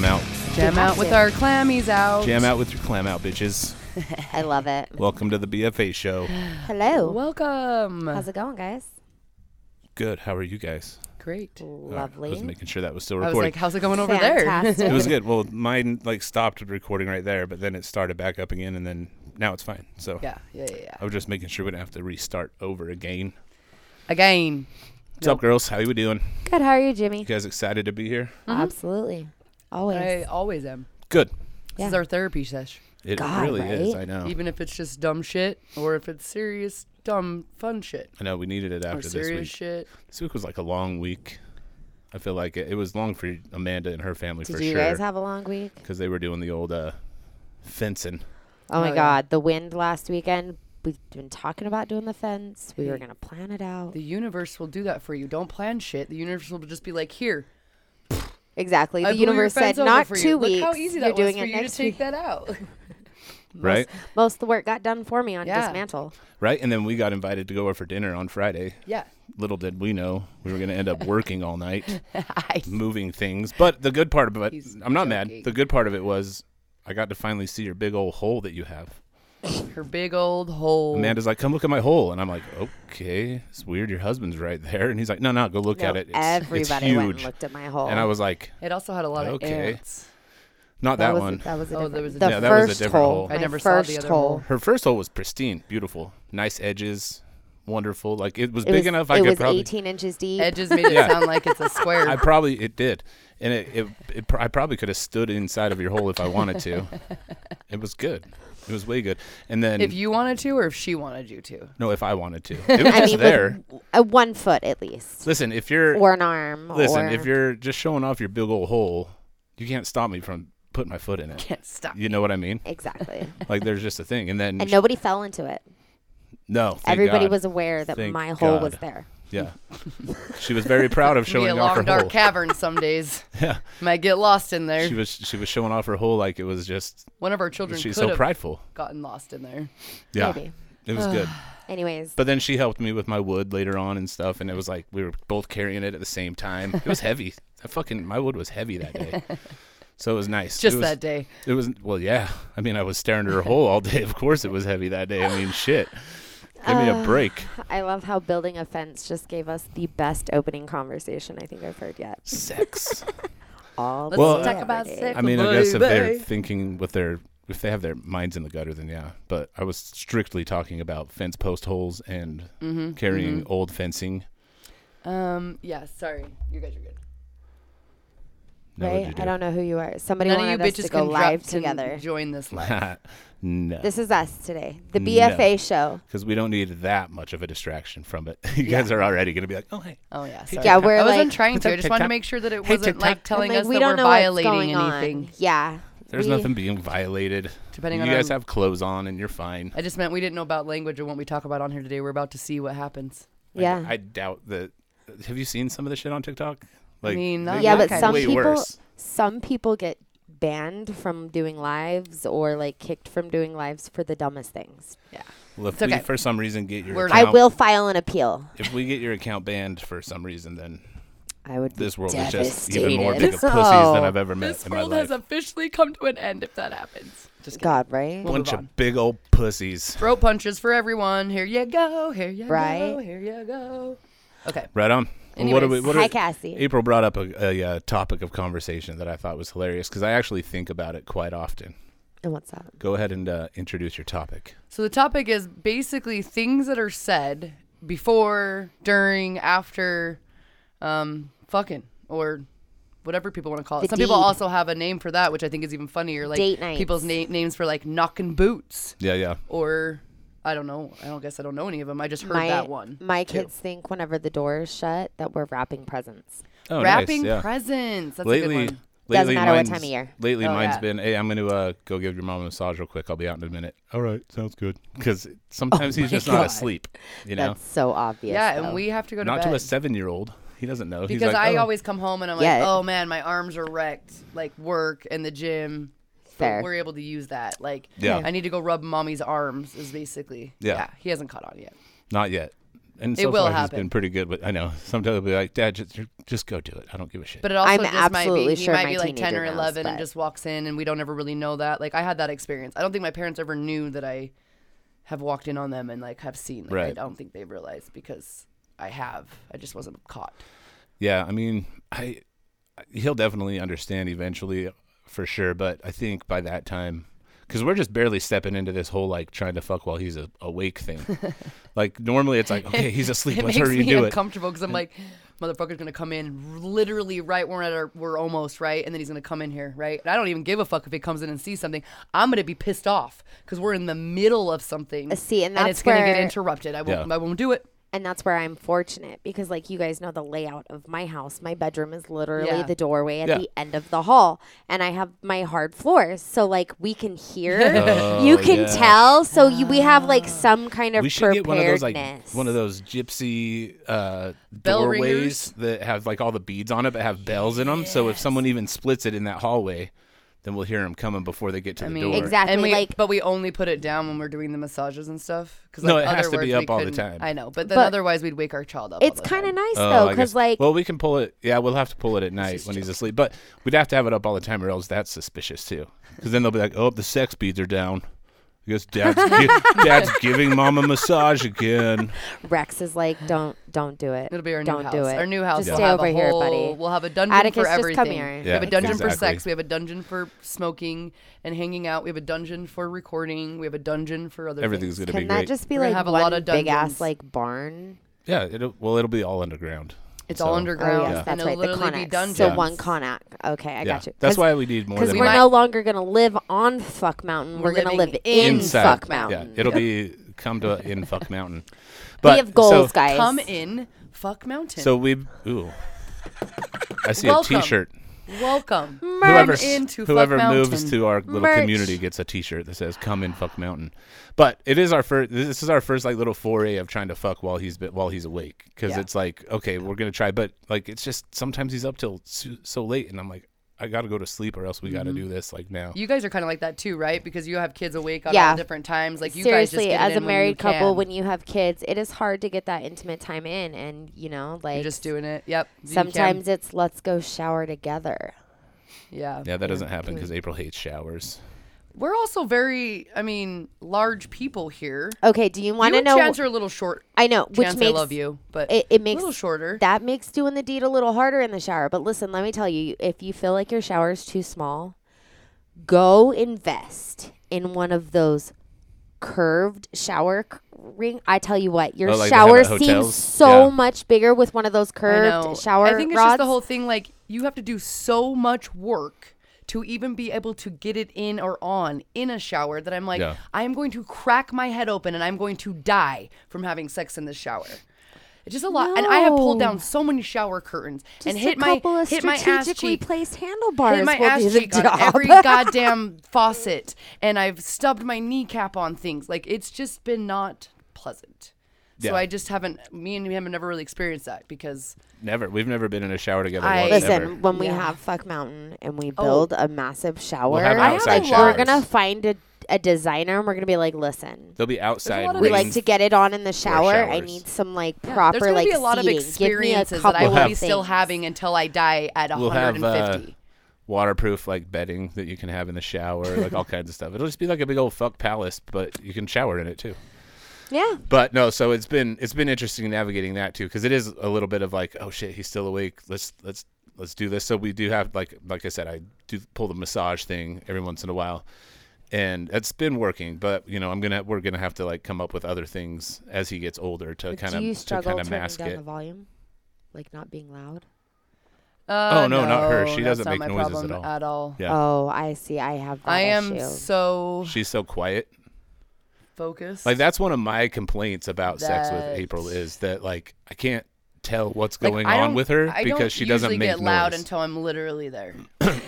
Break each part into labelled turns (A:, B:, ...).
A: Jam out with our clammies out.
B: Jam out with your clam out, bitches.
C: I love it.
B: Welcome to the BFA show.
C: Hello.
A: Welcome.
C: How's it going, guys?
B: Good. How are you guys?
A: Great.
B: All right, I was
C: Lovely.
B: making sure that was still
A: I was
B: recording.
A: like, how's it going over
C: Fantastic.
A: there?
B: it was good. Well, mine like stopped recording right there, but then it started back up again, and then now it's fine. So
A: yeah, yeah, yeah, yeah.
B: I was just making sure we didn't have to restart over again.
A: Again.
B: What's up, girls? How you doing?
C: Good. How are you,
B: You
C: Jimmy?
B: guys excited to be here?
C: Absolutely. Always.
A: I always am.
B: Good.
A: This is
C: Yeah.
A: our therapy sesh.
B: It
C: God,
B: really is.
C: right?
B: I know.
A: Even if it's just dumb shit or if it's serious, dumb, fun shit.
B: I know. We needed it
A: Or
B: after this
A: serious
B: week.
A: shit.
B: This week was like a long week. I feel like it, it was long for Amanda and her family
C: Did
B: for
C: you
B: sure.
C: guys have a long week?
B: because they were doing the old uh, fencing.
C: Oh, my
A: yeah.
C: God. The wind last weekend. We've been talking about doing the fence. We were going to plan it out.
A: Mm. The universe will do that for you. Don't plan shit. The universe will just be like, here.
C: Exactly.
A: I
C: The
A: blew your
C: universe
A: fence
C: said
A: over
C: not
A: for
C: two
A: you.
C: weeks.
A: Look how easy that
C: You're
A: was
C: doing
A: for
C: it
A: you
C: next
A: to take
C: week.
A: that out.
B: Right,
C: Most of the work got done for me on
A: Yeah.
C: dismantle.
B: right, and then we got invited to go over for dinner on Friday.
A: yeah.
B: Little did we know we were going to end up working all night,
A: I
B: moving things. But the good part of it,
A: He's
B: I'm not mad.
A: joking.
B: The good part of it was I got to finally see your big old hole that you have.
A: Her big old hole.
B: Amanda's like, "Come look at my hole," and I'm like, "Okay, it's weird. Your husband's right there," and he's like, "No, no, go look
C: No,
B: at it. It's, it's
C: everybody
B: huge."
C: went and looked at my hole.
B: And I was like,
A: It also had a lot
B: Okay.
A: of ants.
B: "Not that,
C: was,
B: one."
C: That was a
A: Oh,
C: different,
A: there was a
C: the
B: Yeah, that was a
C: first
B: different
C: hole.
B: hole.
A: I
C: my
A: never saw the
C: first
A: other
C: hole.
A: hole.
B: Her first hole was pristine, beautiful, nice edges, wonderful. Like it was
C: It
B: big
C: was,
B: enough.
C: It
B: I could
C: was
B: probably
C: 18 inches deep.
A: Edges made it
B: Yeah.
A: sound like it's a square.
B: I probably it did, and it, it, it pr- I probably could have stood inside of your hole if I wanted to. it was good. It was way good. And then
A: if you wanted to, or if she wanted you to.
B: no, if I wanted to, it was just
C: with
B: there.
C: a one foot at least,
B: listen, if you're
C: or an arm.
B: listen,
C: or,
B: if you're just showing off your big old hole, you can't stop me from putting my foot in it.
A: Can't stop.
B: You know what I mean?
C: exactly,
B: Like there's just a thing, and then
C: and nobody fell into it.
B: no, thank
C: Everybody
B: God.
C: was aware that
B: Thank
C: my hole was
B: God.
C: there.
B: yeah. she was very proud of
A: Be
B: showing
A: a
B: off her
A: long dark
B: hole.
A: cavern some days.
B: Yeah.
A: Might get lost in there.
B: She was she was showing off her hole like it was just
A: One of our children could
B: she's so
A: have
B: prideful.
A: gotten lost in there.
B: Yeah,
C: Maybe.
B: it was good.
C: Anyways,
B: But then she helped me with my wood later on and stuff, and it was like we were both carrying it at the same time. It was heavy. I fucking my wood was heavy that day, so it was nice.
A: Just
B: it was,
A: that day.
B: It was well, yeah. I mean, I was staring at her hole all day. Of course, it was heavy that day. I mean, shit. Give me
C: Uh,
B: a break.
C: I love how building a fence just gave us the best opening conversation I think I've heard yet.
B: Sex.
C: All
A: Let's
B: Well,
A: talk about sex.
B: I mean, I guess if they're
A: baby.
B: thinking with their if they have their minds in the gutter, then yeah. But I was strictly talking about fence post holes and
C: Mm-hmm.
B: carrying old fencing.
A: Um, yeah, sorry. You guys are good.
B: Now what'd you
C: Right? I don't know who you are. Somebody
A: None of you
C: wanted us to
A: bitches
C: go
A: can
C: live
A: drop, can
C: together.
A: join this live.
B: no.
C: This is us today, the
B: No.
C: BFA show.
B: because we don't need that much of a distraction from it. you guys are already going to be like, oh, hey.
A: Oh, yeah. Sorry.
C: Yeah, we're
A: I wasn't
C: like-
A: trying to. I just wanted to
B: TikTok.
A: make sure that it
B: Hey,
A: wasn't
B: TikTok.
A: like telling
C: like,
A: us
C: we
A: that
C: don't
A: we're
C: know what's
A: violating
C: going on.
A: anything.
C: Yeah.
B: There's
C: we-
B: nothing being violated.
A: Depending
B: you
A: on
B: guys
A: our-
B: have clothes on and you're fine.
A: I just meant we didn't know about language and what we talk about on here today. We're about to see what happens.
B: I-
C: Yeah.
B: I, doubt that. Have you seen some of the shit on TikTok? Like,
A: mean, not
B: they
C: yeah,
A: that
B: look
C: but
A: kind of-
C: some
B: way
C: people
B: worse.
C: some people get banned from doing lives or like kicked from doing lives for the dumbest things.
A: Yeah.
B: Well, if
A: It's
B: we
A: okay.
B: for some reason get your
A: We're-
B: account,
C: I will file an appeal.
B: If we get your account banned for some reason, then
C: I would.
B: this world is just even
C: Devastated.
B: more big of pussies than
C: Oh.
B: I've ever met
A: This
B: in my
A: world
B: life.
A: has officially come to an end if that happens. Just kidding.
C: God, right?
A: Well-
B: Bunch
A: move on.
B: of big old pussies.
A: Throat punches for everyone. Here you go. Here you go.
C: Right.
A: Here you go. Okay.
B: Right on. Well, what are we?
A: Anyways,
B: What
C: Hi,
B: are,
C: Cassie.
B: April brought up a, a, uh topic of conversation that I thought was hilarious because I actually think about it quite often.
C: And what's up?
B: Go ahead and uh, introduce your topic.
A: So the topic is basically things that are said before, during, after, um, fucking or whatever people want to call it.
C: The
A: Some people
C: deed.
A: also have a name for that, which I think is even funnier. Like
C: Date nights.
A: people's na- names for like knocking boots
B: Yeah, yeah.
A: or I don't know. I don't guess I don't know any of them. I just heard
C: my
A: that one.
C: my
A: too.
C: kids think whenever the door is shut that we're wrapping presents.
B: Oh,
A: Wrapping
B: nice. Yeah.
A: presents. That's a
B: lately,
A: good one.
C: Doesn't
B: lately
C: matter what
B: mine's-
C: time of year.
B: Lately,
A: Oh,
B: mine's
A: yeah.
B: been, hey, I'm going to uh, go give your mom a massage real quick. I'll be out in a minute. All right, sounds good. Because sometimes he's just
A: Oh God.
B: not asleep, you know?
C: That's so obvious.
A: Yeah,
C: though.
A: and we have to go to
B: not
A: bed.
B: to a seven year old. He doesn't know. he's
A: because
B: like,
A: I
B: "Oh."
A: always come home and I'm like,
C: Yeah.
A: oh man, my arms are wrecked, like work and the gym. But
C: Fair.
A: we're able to use that. Like,
B: Yeah.
A: I need to go rub mommy's arms. Is basically.
B: Yeah.
A: He hasn't caught on yet.
B: Not yet. And
A: It
B: so
A: will
B: far,
A: happen.
B: he's been pretty good with. I know. Sometimes I'll be like, Dad, just, just go do it. I don't give a shit.
A: But it also
C: I'm
A: just might
C: absolutely
A: be,
C: sure
A: he might
C: my
A: be like 10 or
C: teenager knows,
A: 11 and
C: but-
A: just walks in and we don't ever really know that. Like I had that experience. I don't think my parents ever knew that I have walked in on them and like have seen. Like, I
B: Right.
A: don't think they realized because I have. I just wasn't caught.
B: yeah, I mean, I he'll definitely understand eventually, for sure. But I think by that time, because we're just barely stepping into this whole like trying to fuck while he's a, awake thing. like normally, it's like, okay, he's asleep.
A: It
B: Let's
A: makes
B: hurry
A: me
B: and do it.
A: uncomfortable because I'm like, motherfucker's gonna come in literally right when we're at our, we're almost right, and then he's gonna come in here right. And I don't even give a fuck if he comes in and sees something. I'm gonna be pissed off because we're in the middle of something.
C: Uh, see, and that's
A: it's gonna get
C: where-
A: interrupted. I won't.
B: Yeah.
A: I won't do it.
C: And that's where I'm fortunate because, like, you guys know the layout of my house. My bedroom is literally
A: Yeah.
C: the doorway at
B: Yeah.
C: the end of the hall, and I have my hard floors. So, like, we can hear,
B: Oh,
C: you can
B: yeah. Ah.
C: tell. So, you, we have like some kind of
B: we should
C: preparedness.
B: get one of those like one of those gypsy uh,
A: Bell
B: doorways
A: ringers?
B: that have like all the beads on it but have bells in them. So if someone even splits it in that hallway, then we'll hear them coming before they get to the
A: mean-
B: door.
C: Exactly.
A: And we,
C: like,
A: but we only put it down when we're doing the massages and stuff. Because
B: No, it has to be up all the time.
A: I know, but then
C: But-
A: otherwise we'd wake our child up.
C: it's kind of nice
B: Oh,
C: though,
B: I
C: because
B: guess-
C: like,
B: well, we can pull it. Yeah, we'll have to pull it at night when he's asleep. But we'd have to have it up all the time, or else that's suspicious too. Because then they'll be like, "Oh, the sex beads are down." I guess dad's, gi- dad's giving mom a massage again.
C: Rex is like, don't, don't do it.
A: It'll be our
C: don't
A: new house.
C: do it.
A: Our new house.
C: Just
A: will
C: stay
A: have
C: over
A: a
C: here,
A: whole-
C: buddy.
A: We'll have a dungeon
C: Atticus,
A: for
C: just come
A: everything.
C: here.
A: We have a
B: Yeah,
A: dungeon for
B: exactly.
A: sex. We have a dungeon for smoking and hanging out. We have a dungeon for recording. We have a dungeon for other
B: Everything's
A: things.
B: gonna
C: Can
B: be
C: that
B: great.
C: just be
A: We're gonna
C: like
A: have a
C: one
A: lot of
C: big
A: dungeons.
C: ass like barn?
B: yeah, it'll, well, it'll be all underground.
A: It's all
B: So-
A: underground.
C: Oh yes,
A: and
C: that's
A: it'll
C: right. The
A: literally be
C: Conac.
A: dungeons.
C: So
B: Yeah.
C: one Conac. Okay, I
B: yeah,
C: got you.
B: that's
C: 'Cause-
B: why we need more
C: Because
B: than
C: we're
B: one.
A: might-
C: no longer going to live on Fuck Mountain. We're,
A: We're
C: going to
A: living
C: live in
B: inside.
C: Fuck Mountain.
B: Yeah, it'll be come to in fuck mountain.
C: we have goals,
B: so,
C: guys.
A: Come in, fuck mountain.
B: So we ooh, I see
A: Welcome.
B: a T-shirt.
A: welcome.
B: Whoever
A: Come into fuck
B: whoever moves
A: mountain.
B: to our little
C: Merch.
B: community gets a T-shirt that says "Come in fuck mountain." But it is our first. This is our first like little foray of trying to fuck while he's bit- while he's awake because
A: Yeah.
B: it's like okay, we're gonna try, but like it's just sometimes he's up till so, so late, and I'm like. I gotta go to sleep, or else we gotta do this like now.
A: Mm-hmm. You guys are kind of like that too, right? Because you have kids awake on
C: Yeah.
A: all different times. Like you guys just
C: Seriously,
A: get it
C: as
A: in
C: a
A: when you
C: married couple,
A: can.
C: when you have kids, it is hard to get that intimate time in. And, you know, like
A: you're just doing it. Yep. you can.
C: sometimes it's let's go shower together.
A: Yeah.
B: yeah, that doesn't happen because April hates showers.
A: We're also very, I mean, large people here.
C: Okay, do you want
A: you
C: to
A: and
C: know?
A: Chance are a little short.
C: I know, which
A: Chance,
C: makes
A: I love you, but
C: It, it
A: a
C: makes
A: little shorter.
C: that makes doing the deed a little harder in the shower. But listen, let me tell you, if you feel like your shower is too small, go invest in one of those curved shower c- ring. I tell you what, your
B: Oh, like they have
C: shower
B: at
C: seems
B: hotels?
C: so
B: Yeah.
C: much bigger with one of those
A: I
C: curved
A: know.
C: shower
A: I think it's
C: rods.
A: just the whole thing. Like you have to do so much work to even be able to get it in or on in a shower that I'm like,
B: Yeah.
A: I am going to crack my head open and I'm going to die from having sex in this shower. It's just a lot, and I have pulled
C: No.
A: down so many shower curtains
C: just
A: and hit
C: a
A: my
C: couple of
A: hit my
C: strategically
A: ass cheek.
C: placed handlebars
A: hit my
C: will
A: ass
C: do the
A: cheek
C: job.
A: on every goddamn faucet, and I've stubbed my kneecap on things. Like it's just been not pleasant. So
B: Yeah.
A: I just haven't. Me and him have never really experienced that because
B: Never, we've never been in a shower together.
A: I-
B: once,
C: Listen,
B: ever.
C: when we
A: Yeah. Oh.
C: have Fuck Mountain and we build a massive shower,
B: have
A: I outside have a
C: we're
A: showers.
C: gonna find a, a designer and we're gonna be like, listen,
B: They'll be outside.
A: lot of
C: we
A: We
C: like
B: waiting
C: to get it on in the shower. I
B: showers.
C: need some like
A: there's
C: proper
A: gonna
C: like
A: be a lot
C: seating.
A: of experiences
C: Give me a
A: that I
C: couple
A: will
B: have-
A: be
C: of
A: still
C: things.
A: having until I die at
B: We'll have
A: 150.
B: uh, waterproof like bedding that you can have in the shower, like all kinds of stuff. It'll just be like a big old fuck palace, but you can shower in it too.
C: Yeah,
B: But no, so it's been it's been interesting navigating that too because it is a little bit of like, oh shit, he's still awake. Let's let's let's do this. So we do have like like I said, I do pull the massage thing every once in a while, and it's been working. But you know, I'm gonna we're gonna have to like come up with other things as he gets older to
C: But
B: kind
C: do you
B: of to
C: struggle
B: kind of
C: turning
B: mask
C: down
B: it.
C: the volume, like not being loud?
A: Uh,
B: oh, no, not her. She
A: that's
B: doesn't
A: not
B: make
A: my
B: noises
A: problem
B: at all.
A: At all.
B: Yeah.
C: Oh, I see. I have. That
A: I am
C: issue.
A: so
B: She's so quiet.
A: focused.
B: Like that's one of my complaints about sex with
A: That-
B: April is that like I can't tell what's
A: Like,
B: going
A: I
B: on
A: don't-
B: with her
A: I don't
B: because she doesn't
A: usually
B: make
A: get loud
B: noise.
A: until I'm literally there.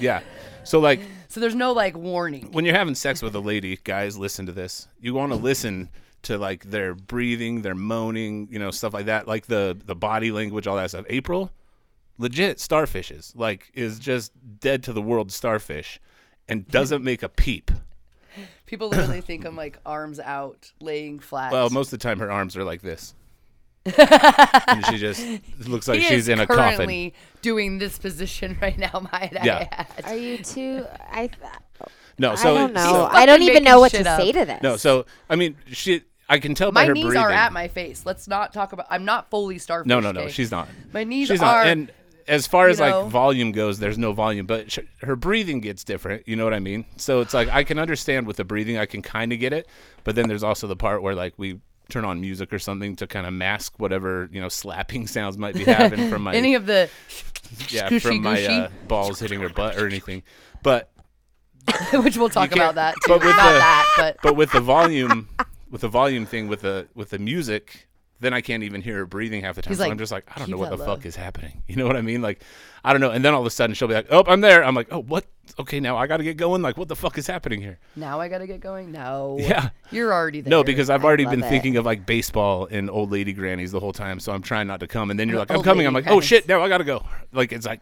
B: yeah. So like
A: So there's no like warning.
B: when you're having sex with a lady, guys, listen to this. You want to listen to like their breathing, their moaning, you know, stuff like that, like the the body language, all that stuff. April, legit starfishes, like is just dead to the world starfish, and
A: Hmm.
B: doesn't make a peep.
A: People literally think I'm like arms out, laying flat.
B: Well, most of the time her arms are like this. and she just it looks like
A: He
B: she's
A: is
B: in a coffin.
A: currently doing this position right now, might
B: Yeah.
A: I add.
C: Are you too? I, th-
B: No,
C: I
B: Oh, so
C: don't know.
B: so-
C: I don't
A: fucking
C: even know
A: making
C: what to
A: shit up.
C: say to this.
B: no, so I mean, she. I can tell by
A: My
B: her
A: knees
B: breathing.
A: are at my face. Let's not talk about. I'm not fully starfish.
B: no, no, no.
A: Jake.
B: She's not.
A: My knees
B: she's
A: are-
B: not. And as far as
A: know-
B: like volume goes, there's no volume, but sh- her breathing gets different. You know what I mean? So it's like I can understand with the breathing, I can kind of get it, but then there's also the part where like we turn on music or something to kind of mask whatever you know slapping sounds might be happening from my
A: any of the
B: yeah
A: scooshy
B: from my
A: gooshy?
B: uh, balls hitting her butt or anything, but
A: which we'll talk
B: can't-
A: about that too.
B: but
A: Not
B: with the-
A: that, but
B: but with the volume with the volume thing with the with the music then i can't even hear her breathing half the time
A: He's
B: so
A: like,
B: i'm just like i don't
A: "Keep
B: know what
A: that
B: the
A: low."
B: fuck is happening you know what i mean like i don't know and then all of a sudden she'll be like oh i'm there i'm like oh what okay now i gotta get going like what the fuck is happening here
A: now I gotta get going. No,
B: Yeah.
A: you're already there.
B: no because i've
C: I
B: already
C: love
B: been
C: it.
B: thinking of like baseball and old lady grannies the whole time so i'm trying not to come and then you're like i'm
A: old
B: coming i'm
A: lady
B: like oh
A: grannies.
B: shit now i gotta go like it's like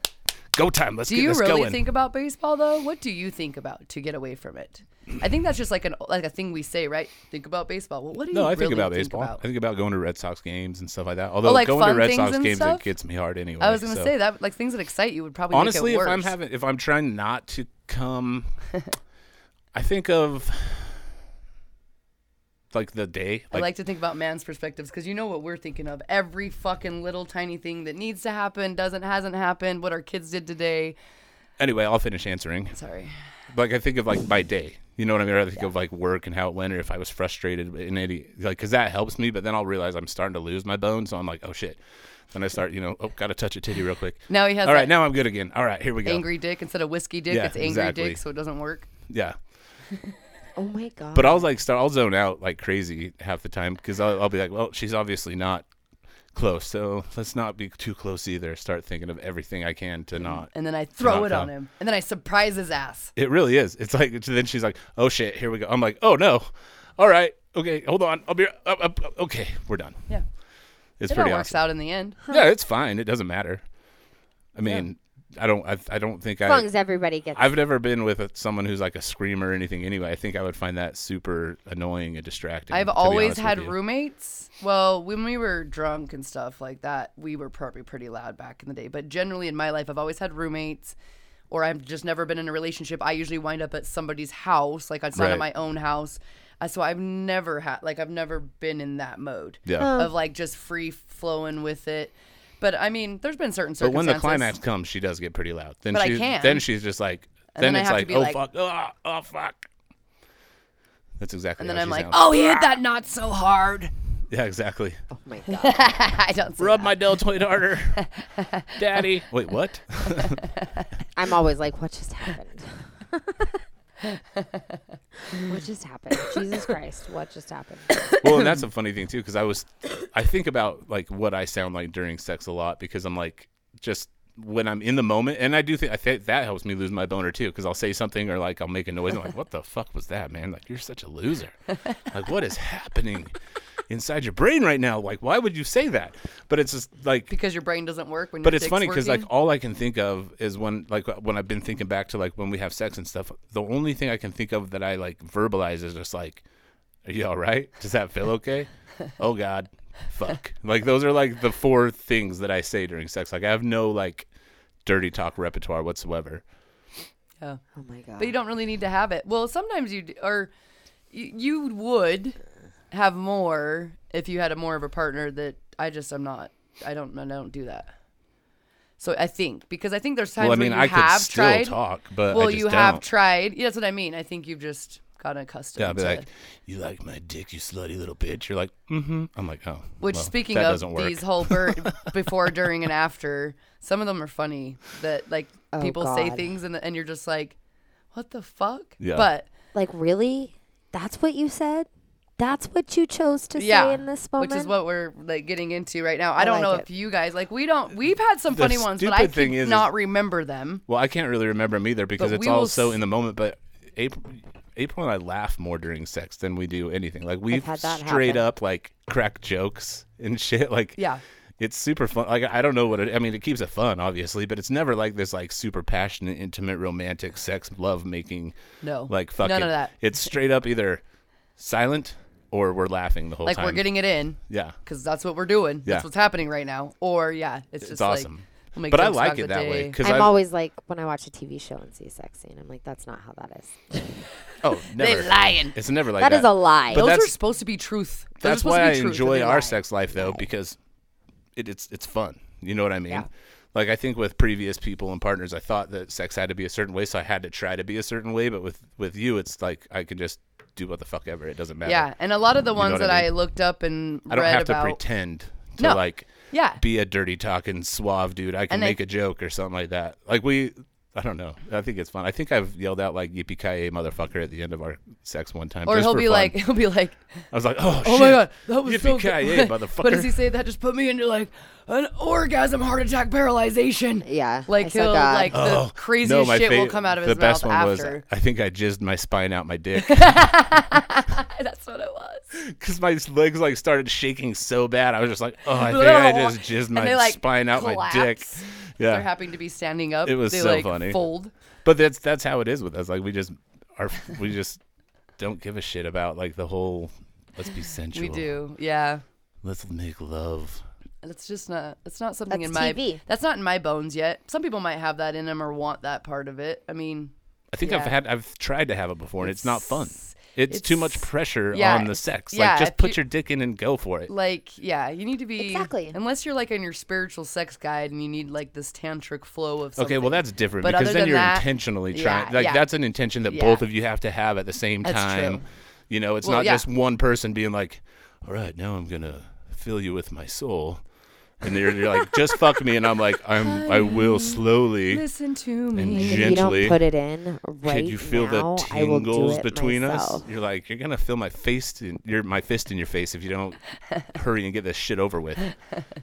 B: go time let's
A: do
B: get
A: you
B: this
A: really
B: going
A: think about baseball though? What do you think about to get away from it? I think that's just like an like a thing we say, right? Think about baseball. Well, what do you
B: no, I think
A: really
B: about
A: think
B: baseball.
A: about? Oh,
B: I think about going to Red Sox games and stuff like that. Although
A: like,
B: going to
A: fun
B: Red
A: things
B: Sox
A: and
B: games
A: stuff?
B: it gets me hard anyway.
A: I was gonna
B: so.
A: say that like things that excite you would probably
B: honestly if
A: make it worse.
B: i'm having if i'm trying not to come i think of like the day
A: I
B: like,
A: like to think about man's perspectives because you know what we're thinking of every fucking little tiny thing that needs to happen doesn't hasn't happened what our kids did today.
B: anyway i'll finish answering
A: Sorry,
B: like i think of like my day you know what i mean Or i think of like work and how it went or if i was frustrated in any like because that helps me but then i'll realize i'm starting to lose my bones so i'm like oh shit then i start you know oh gotta touch a titty real quick
A: now he has
B: all right
A: that
B: now i'm good again all right here we go
A: angry dick instead of whiskey dick.
B: Yeah,
A: it's angry
B: exactly.
A: dick, so it doesn't work.
B: yeah
C: oh my god.
B: But I'll like start. I'll zone out like crazy half the time because I'll, I'll be like, well, she's obviously not close, so let's not be too close either. Start thinking of everything I can
A: Mm.
B: to not.
A: And then I throw
B: Knock
A: it on
B: out.
A: him, and then I surprise his ass.
B: It really is. It's like it's- then she's like, oh shit, here we go. I'm like, oh no, all right, okay, hold on, I'll be up, up, up. okay. We're done.
A: Yeah,
B: It's
A: it all
B: pretty
A: works
B: awesome.
A: out in the end.
B: Yeah, it's fine. It doesn't matter. I mean, I don't. I, I don't think
C: as long
B: I.
C: as everybody gets.
B: I've never been with a- someone who's like a screamer or anything. Anyway, I think I would find that super annoying and distracting.
A: I've
B: to be
A: always
B: honest with
A: had
B: you.
A: roommates. Well, when we were drunk and stuff like that, we were probably pretty loud back in the day. But generally in my life, I've always had roommates, or I've just never been in a relationship. I usually wind up at somebody's house, like outside of
B: Right.
A: my own house. Uh, So I've never had, like, I've never been in that mode
B: Yeah.
A: of like just free flowing with it. But I mean, there's been certain
B: But when
A: circumstances.
B: the climax comes, she does get pretty loud. Then
A: But I
B: she's
A: can.
B: then she's just like
A: then
B: then,
A: I
B: it's
A: have to
B: like
A: be
B: oh
A: like-
B: fuck oh, oh fuck. That's exactly.
A: and then
B: how
A: I'm
B: she
A: like,
B: sounds.
A: oh, he hit that not so hard.
B: yeah, exactly.
C: oh my god.
A: I don't say
B: Rub
A: that.
B: my deltoid harder, daddy. Wait, what?
C: I'm always like, what just happened? what just happened? Jesus Christ! What just happened? Oh
B: well, and that's a funny thing too, because I was, I think about like what I sound like during sex a lot because I'm like just when I'm in the moment, and I do think I think that helps me lose my boner too, because I'll say something or like I'll make a noise, and I'm like, what the fuck was that, man? Like you're such a loser. Like what is happening inside your brain right now? Like why would you say that? But it's just like
A: because your brain doesn't work when
B: but
A: your
B: it's
A: dick's
B: funny because like
A: working.
B: all I can think of is when like when I've been thinking back to like when we have sex and stuff. The only thing I can think of that I like verbalize is just like, "Are you all right? Does that feel okay? oh God, fuck!" Like those are like the four things that I say during sex. Like I have no like dirty talk repertoire whatsoever.
A: Yeah.
C: Oh my god.
A: but you don't really need to have it. Well, sometimes you d- or you, you would have more if you had a more of a partner that I just I'm not. I don't I don't do that. So I think because I think there's times
B: Well, I
A: when
B: mean,
A: you
B: I could
A: have
B: still
A: tried.
B: talk, but I
A: well,
B: just
A: you have
B: don't.
A: tried. Yeah, that's what I mean. I think you've just gotten accustomed.
B: yeah, I'd be
A: to
B: like,
A: it.
B: "You like my dick, you slutty little bitch." You're like, "Mm-hmm." I'm like, "Oh."
A: Which,
B: well,
A: speaking
B: that
A: of
B: doesn't work.
A: these whole bur- before, during, and after, some of them are funny. That like
C: Oh,
A: people say
C: God.
A: things and and you're just like, what the fuck?
B: Yeah.
A: But
C: like really? That's what you said? That's what you chose to say in this moment?
A: Which is what we're like getting into right now. I, don't
C: like
A: know
C: it.
A: if you guys like we don't we've had some
B: The
A: funny ones, but I
B: stupid thing
A: can
B: is- is-
A: not remember them.
B: Well, I can't really remember them either because
A: But
B: it's
A: we will
B: all so
A: s-
B: in the moment. But April, April and I laugh more during sex than we do anything. Like we
C: I've had that
B: straight
C: happen.
B: up like crack jokes and shit. Like
A: Yeah.
B: it's super fun. Like I don't know what it. I mean, it keeps it fun, obviously, but it's never like this like super passionate, intimate, romantic sex love making.
A: No.
B: Like fucking
A: None of that.
B: It's straight up either silent or we're laughing the whole
A: like
B: time.
A: we're getting it in
B: yeah,
A: because that's what we're doing.
B: Yeah.
A: That's what's happening right now. Or yeah, it's just
B: it's awesome.
A: like we'll make
B: but I
A: jokes
B: like
A: about the
B: it that way
A: day.
B: because
C: I'm
B: I
C: always like when I watch a TV show and see a sex scene, I'm like, that's not how that is.
B: oh never
A: They lying.
B: It's never like
C: that is a lie.
B: But
A: Those are
B: that's-
A: supposed to be truth. Those are
B: That's
A: supposed
B: why
A: to
B: I
A: be truth, and
B: enjoy
A: they
B: our
A: lie.
B: sex life though because it, it's it's fun. You know what I mean? Like I think with previous people and partners, I thought that sex had to be a certain way, so I had to try to be a certain way. But with with you, it's like I can just do what the fuck ever. It doesn't matter.
A: Yeah, and a lot of the ones
B: what I
A: that I,
B: mean?
A: looked up and
B: I don't
A: read
B: have to
A: about.
B: pretend to
A: No.
B: like
A: Yeah,
B: be a dirty talking suave dude. I can
A: And I-
B: make a joke or something like that. Like we, I don't know. I think it's fun. I think I've yelled out like "Yippee ki yay, motherfucker" at the end of our sex one time.
A: or
B: just
A: he'll
B: for
A: be
B: fun.
A: like, he'll be like,
B: I was like, "Oh,
A: oh
B: shit.
A: my god, that was so
B: Yippee-ki-yay,
A: good. but
B: motherfucker.
A: does he say that just put me into like an orgasm, heart attack, paralyzation?
C: Yeah, I
A: like
C: saw
A: he'll
C: God.
A: like the craziest
B: Oh, my
A: shit will
B: fa-
A: come out of
B: the
A: his
B: best
A: mouth
B: one
A: after.
B: Was, I think I jizzed my spine out my dick
A: That's what it was.
B: because my legs like started shaking so bad. I was just like, "Oh, I think I just jizzed
A: And
B: my
A: they, like,
B: spine out my dick."
A: collapse. They're
B: Yeah,
A: happening to be standing up.
B: It was
A: they
B: so
A: like
B: funny.
A: fold.
B: but that's that's how it is with us. Like we just are, we just don't give a shit about like the whole. Let's be sensual.
A: We do. Yeah.
B: Let's make love.
A: That's just not. It's not something
C: That's
A: in my.
C: TV.
A: That's not in my bones yet. Some people might have that in them or want that part of it. I mean,
B: I think I've
A: Yeah.
B: had I've tried to have it before, and it's, not fun.
A: It's-
B: It's, too much
A: it's-
B: pressure
A: yeah,
B: on the
A: it's-
B: sex.
A: yeah,
B: like just
A: if
B: put
A: you-
B: your dick in and go for it.
A: like, yeah, you need to be
C: Exactly.
A: Unless you're like on your spiritual sex guide and you need like this tantric flow of. Something.
B: Okay, well that's different
A: But
B: because
A: other
B: then
A: than
B: you're
A: that-
B: intentionally
A: yeah,
B: trying. like
A: yeah.
B: that's an intention that
A: Yeah.
B: both of you have to have at the same
A: That's
B: time.
A: true.
B: You know, it's
A: Well,
B: not
A: yeah.
B: just one person being like, "All right, now I'm gonna fill you with my soul," and you're, you're like, "Just fuck me," and I'm like, "I'm I will slowly."
A: Listen to
B: And
A: me.
C: if you
B: gently.
C: don't put it in right
B: Could you feel
C: now,
B: the
C: I will do
B: tingles
C: it
B: between
C: myself.
B: us? You're like, you're gonna feel my face, in, your my fist in your face if you don't hurry and get this shit over with.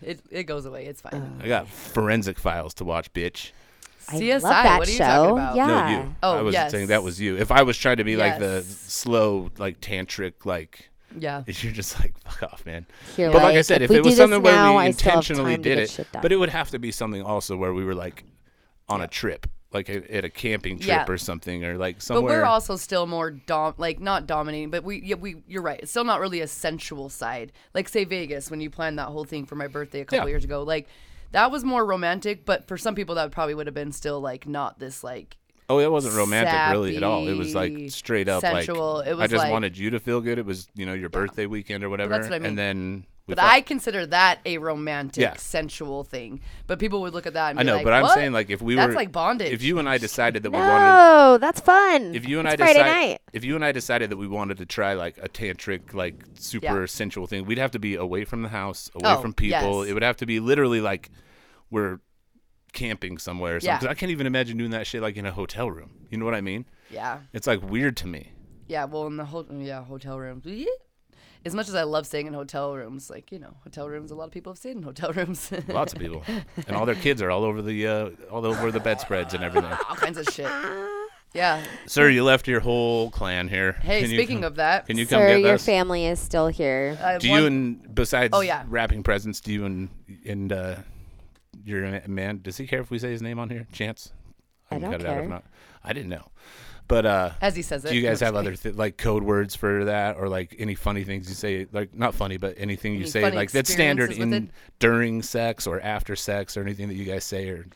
A: It, it goes away. It's
C: Oh.
A: fine.
B: I got forensic files to watch, bitch.
A: CSI.
C: I love that
A: what are you
C: show.
A: talking about?
C: Yeah.
B: No, you.
A: Oh,
B: I was
A: yes.
B: saying that was you. If I was trying to be like the
A: Yes.
B: slow, like tantric, like
A: Yeah.
B: you're just like fuck off, man.
C: You're
B: But like I said, if,
C: we
B: it
C: do
B: was
C: this
B: something
C: now,
B: where we
C: I still have
B: intentionally
C: time to
B: did
C: get
B: it,
C: shit done.
B: but it would have to be something also where we were like on a trip, like a, at a camping trip
A: Yeah.
B: or something, or like
A: But
B: somewhere.
A: we're also still more dom, like not dominating, but we, yeah, we, you're right. It's still not really a sensual side. Like say Vegas when you planned that whole thing for my birthday a couple
B: Yeah.
A: years ago, like that was more romantic. But for some people, that probably would have been still like not this like
B: Oh, it wasn't romantic really at all. It was
A: sappy,
B: like straight up
A: sensual.
B: like
A: It
B: I
A: was
B: just
A: like-
B: wanted you to feel good. It was you know your birthday weekend or whatever.
A: what I mean.
B: And then we
A: But
B: fucked.
A: I consider that a romantic,
B: Yeah.
A: sensual thing. But people would look at that and
B: I
A: be
B: know,
A: like,
B: but I'm
A: "What?"
B: saying like if we
A: That's
B: were
A: like bondage.
B: If you and I decided that we wanted
C: No, that's fun.
B: if you and
C: It's
B: I
C: Friday
B: decide,
C: night.
B: if you and I decided that we wanted to try like a tantric, like super
A: Yeah.
B: sensual thing, we'd have to be away from the house, away
A: Oh,
B: from people.
A: yes.
B: It would have to be literally like we're camping somewhere. Or something.
A: Yeah.
B: 'Cause I can't even imagine doing that shit like in a hotel room. You know what I mean?
A: yeah,
B: It's like weird to me.
A: yeah. Well, in the whole, yeah, hotel rooms. Eek. As much as I love staying in hotel rooms, like you know, hotel rooms. A lot of people have stayed in hotel rooms.
B: Lots of people, and all their kids are all over the uh, all over the bedspreads and everything.
A: all kinds of shit. Yeah.
B: Sir, you left your whole clan here.
A: Hey,
B: Can you
A: speaking
B: come-
A: of that,
B: can you come
C: Sir,
B: get
C: your
B: us?
C: family is still here.
A: I
B: Do
A: want-
B: you and besides
A: Oh, yeah.
B: wrapping presents, do you and and uh, your ma- man? Does he care if we say his name on here? Chance?
C: I
B: can
C: don't care.
B: I didn't know, but uh,
A: as he says it.
B: do you guys
A: I'm
B: have other th- like code words for that, or like any funny things you say? Like not funny, but anything you
A: Any
B: say
A: funny
B: like that's standard in
A: experiences with
B: during sex or after sex or anything that you guys say or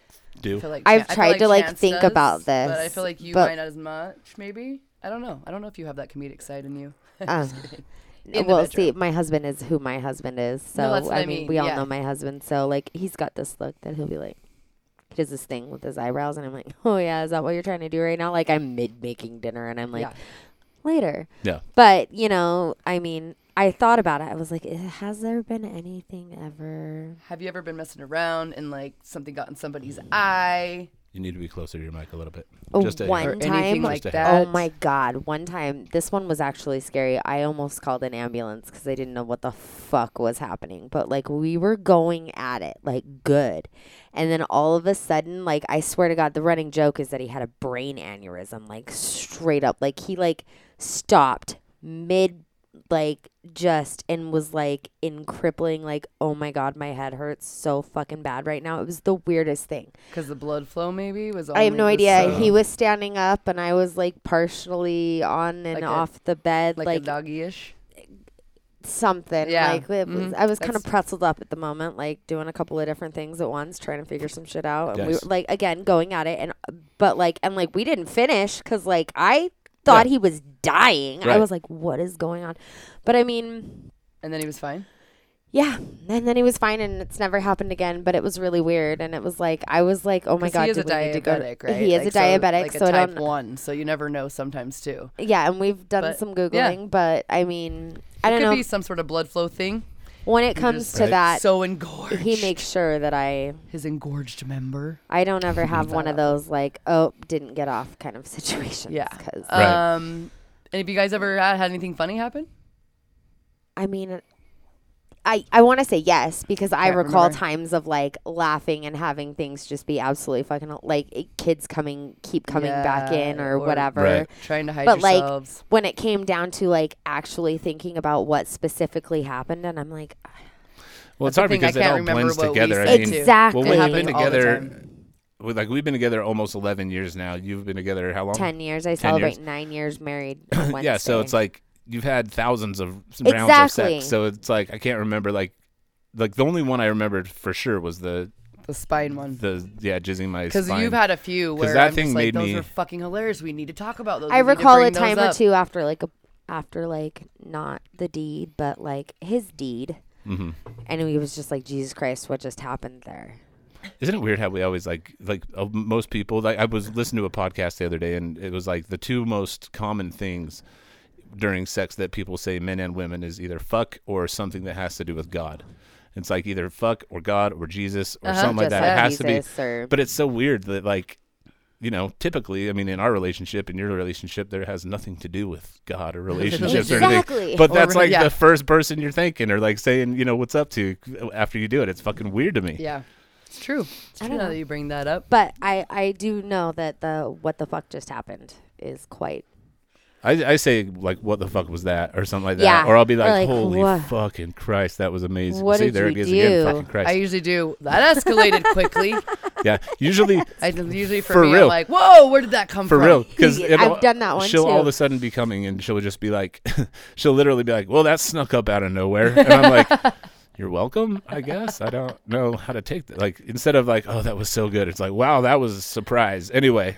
B: do.
A: just- I feel like
C: I've
A: Chan- I feel
C: tried to, like,
A: Chance
C: think
A: does,
C: about
A: but I
C: this,
A: feel like you
C: but-
A: might not as much. Maybe I don't know. I don't know if you have that comedic side in you.
C: Uh,
A: the
C: well,
A: bedroom.
C: see, my husband is who my husband is. So
A: No, that's what I mean,
C: we all
A: yeah.
C: know my husband. So like, he's got this look that he'll be like, he does this thing with his eyebrows, and I'm like, oh yeah, is that what you're trying to do right now? Like I'm mid making dinner, and I'm like,
A: Yeah.
C: later.
B: Yeah.
C: But you know, I mean, I thought about it. I was like, "Eh, has there been anything ever?
A: Have you ever been messing around and like something got in somebody's
B: Mm.
A: eye?
B: You need to be closer to your mic a little bit.
C: Oh,
B: Just a
C: one
A: Or
B: hair.
C: time,
A: anything like
B: Just a
A: that.
C: Oh my god! One time, this one was actually scary. I almost called an ambulance because I didn't know what the fuck was happening. But like we were going at it like good, and then all of a sudden, like I swear to God, the running joke is that he had a brain aneurysm, like straight up, like he like stopped mid like just and was like in crippling like oh my god my head hurts so fucking bad right now it was the weirdest thing
A: Because the blood flow maybe was.
C: I have
A: only-
C: no
A: was
C: idea.
A: so-
C: He was standing up, and I was like partially on and
A: Like a-
C: off the bed,
A: like,
C: like
A: a doggy ish.
C: something.
A: Yeah.
C: Like it was-
A: Mhm.
C: I was kind of
A: That's-
C: pretzeled up at the moment, like doing a couple of different things at once, trying to figure some shit out. And we
B: Yes.
C: were, like again going at it, and but like and like we didn't finish because like I thought
B: Yeah.
C: he was dying. I
B: Right.
C: was like, what is going on? But I mean,
A: And then he was fine.
C: Oh yeah. And then he was fine, and it's never happened again. But it was really weird, and it was like I was like, oh my
A: 'Cause
C: god,
A: he is
C: do
A: a
C: we need to go to-
A: diabetic, right?
C: He is
A: Like,
C: a diabetic,
A: like
C: so
A: a
C: I
A: type
C: don't
A: one. So you never know sometimes too.
C: Yeah, and we've done
A: But-
C: some
A: yeah.
C: googling, but I mean, I
A: It
C: don't
A: could
C: know
A: be some sort of blood flow thing.
C: when it
A: You're
C: comes
A: just
C: to
B: Right.
C: that.
A: so engorged.
C: he makes sure that I
A: his engorged member.
C: I don't ever have
A: that
C: one of
A: up.
C: those like oh didn't get off kind of situations.
A: Yeah.
C: 'cause-
B: Right.
A: Um, and have you guys ever uh, had, had anything funny happen?
C: I mean, I I want to say yes because I
A: Can't
C: recall
A: remember.
C: times of like laughing and having things just be absolutely fucking like it- kids coming keep coming back
A: Yeah,
C: in or,
A: or-
C: whatever.
B: Right.
A: Trying to hide
C: But, like,
A: yourselves.
C: When it came down to like actually thinking about what specifically happened, and I'm like,
B: Well,
A: That's
B: it's hard
A: the thing, I
B: because it
A: can't
B: all
A: remember
B: blends
A: what we
B: together. I
A: said,
B: mean,
A: too.
C: Exactly.
B: Well, we've
A: happens
B: been
A: all the
B: together.
A: time.
B: we- Like we've been together almost 11 years now. You've been together
A: Oh.
B: how long?
C: ten years. I
B: 10 years.
C: celebrate nine years married. Wednesday.
B: Yeah, so it's like you've had thousands of s- rounds of
C: Exactly.
B: sex. So it's like I can't remember like like the only one I remembered for sure was the
A: The spine one.
B: the yeah jizzing my
A: Because
B: spine.
A: you've had a few
B: 'Cause
A: where
B: that
A: I'm
B: thing
A: just
B: made
A: like, those
B: me-
A: are fucking hilarious. We need to talk about those.
C: I
A: We need to
C: recall a
A: Oh, bring those
C: time or
A: up."
C: two after like a after like not the deed, but like his deed,
B: Mhm.
C: and he was just like, Jesus Christ, what just happened there?
B: Isn't it weird how we always like like uh, most people like I was listening to a podcast the other day and it was like the two most common things during sex that people say men and women is either fuck or something that has to do with God. It's like either fuck or God or Jesus or
A: Uh-huh.
B: something like
C: Just
B: that.
C: like
B: it has to
C: Jesus or-
B: be. But it's so weird that like you know, typically, I mean, in our relationship, in your relationship, there has nothing to do with God or relationships or
C: Exactly.
B: anything. But
A: Or
B: that's
A: re-
B: like
A: yeah.
B: the first person you're thinking or like saying, you know, what's up to after you do it. It's fucking weird to me.
A: Yeah. It's true. It's true
C: don't
A: now
C: know.
A: that you bring that up.
C: But I I do know that the what the fuck just happened is quite
B: I, I say like what the fuck was that or something like that
C: Yeah.
B: or I'll be
C: Or
B: like,
C: like,
B: holy
C: "Wha-
B: fucking Christ that was amazing
C: What
B: see
C: did
B: there
C: you
B: it is again
C: do?"
B: fucking Christ
A: I usually do. That escalated quickly.
B: yeah usually
A: I usually for,
B: For
A: me,
B: real.
A: I'm like, whoa, where did that come
B: for
A: from?
B: real because
C: I've done that one,
B: she'll all of
C: too.
B: a sudden be coming and she'll just be like she'll literally be like well that snuck up out of nowhere and I'm like you're welcome I guess I don't know how to take that like instead of like oh that was so good it's like wow that was a surprise anyway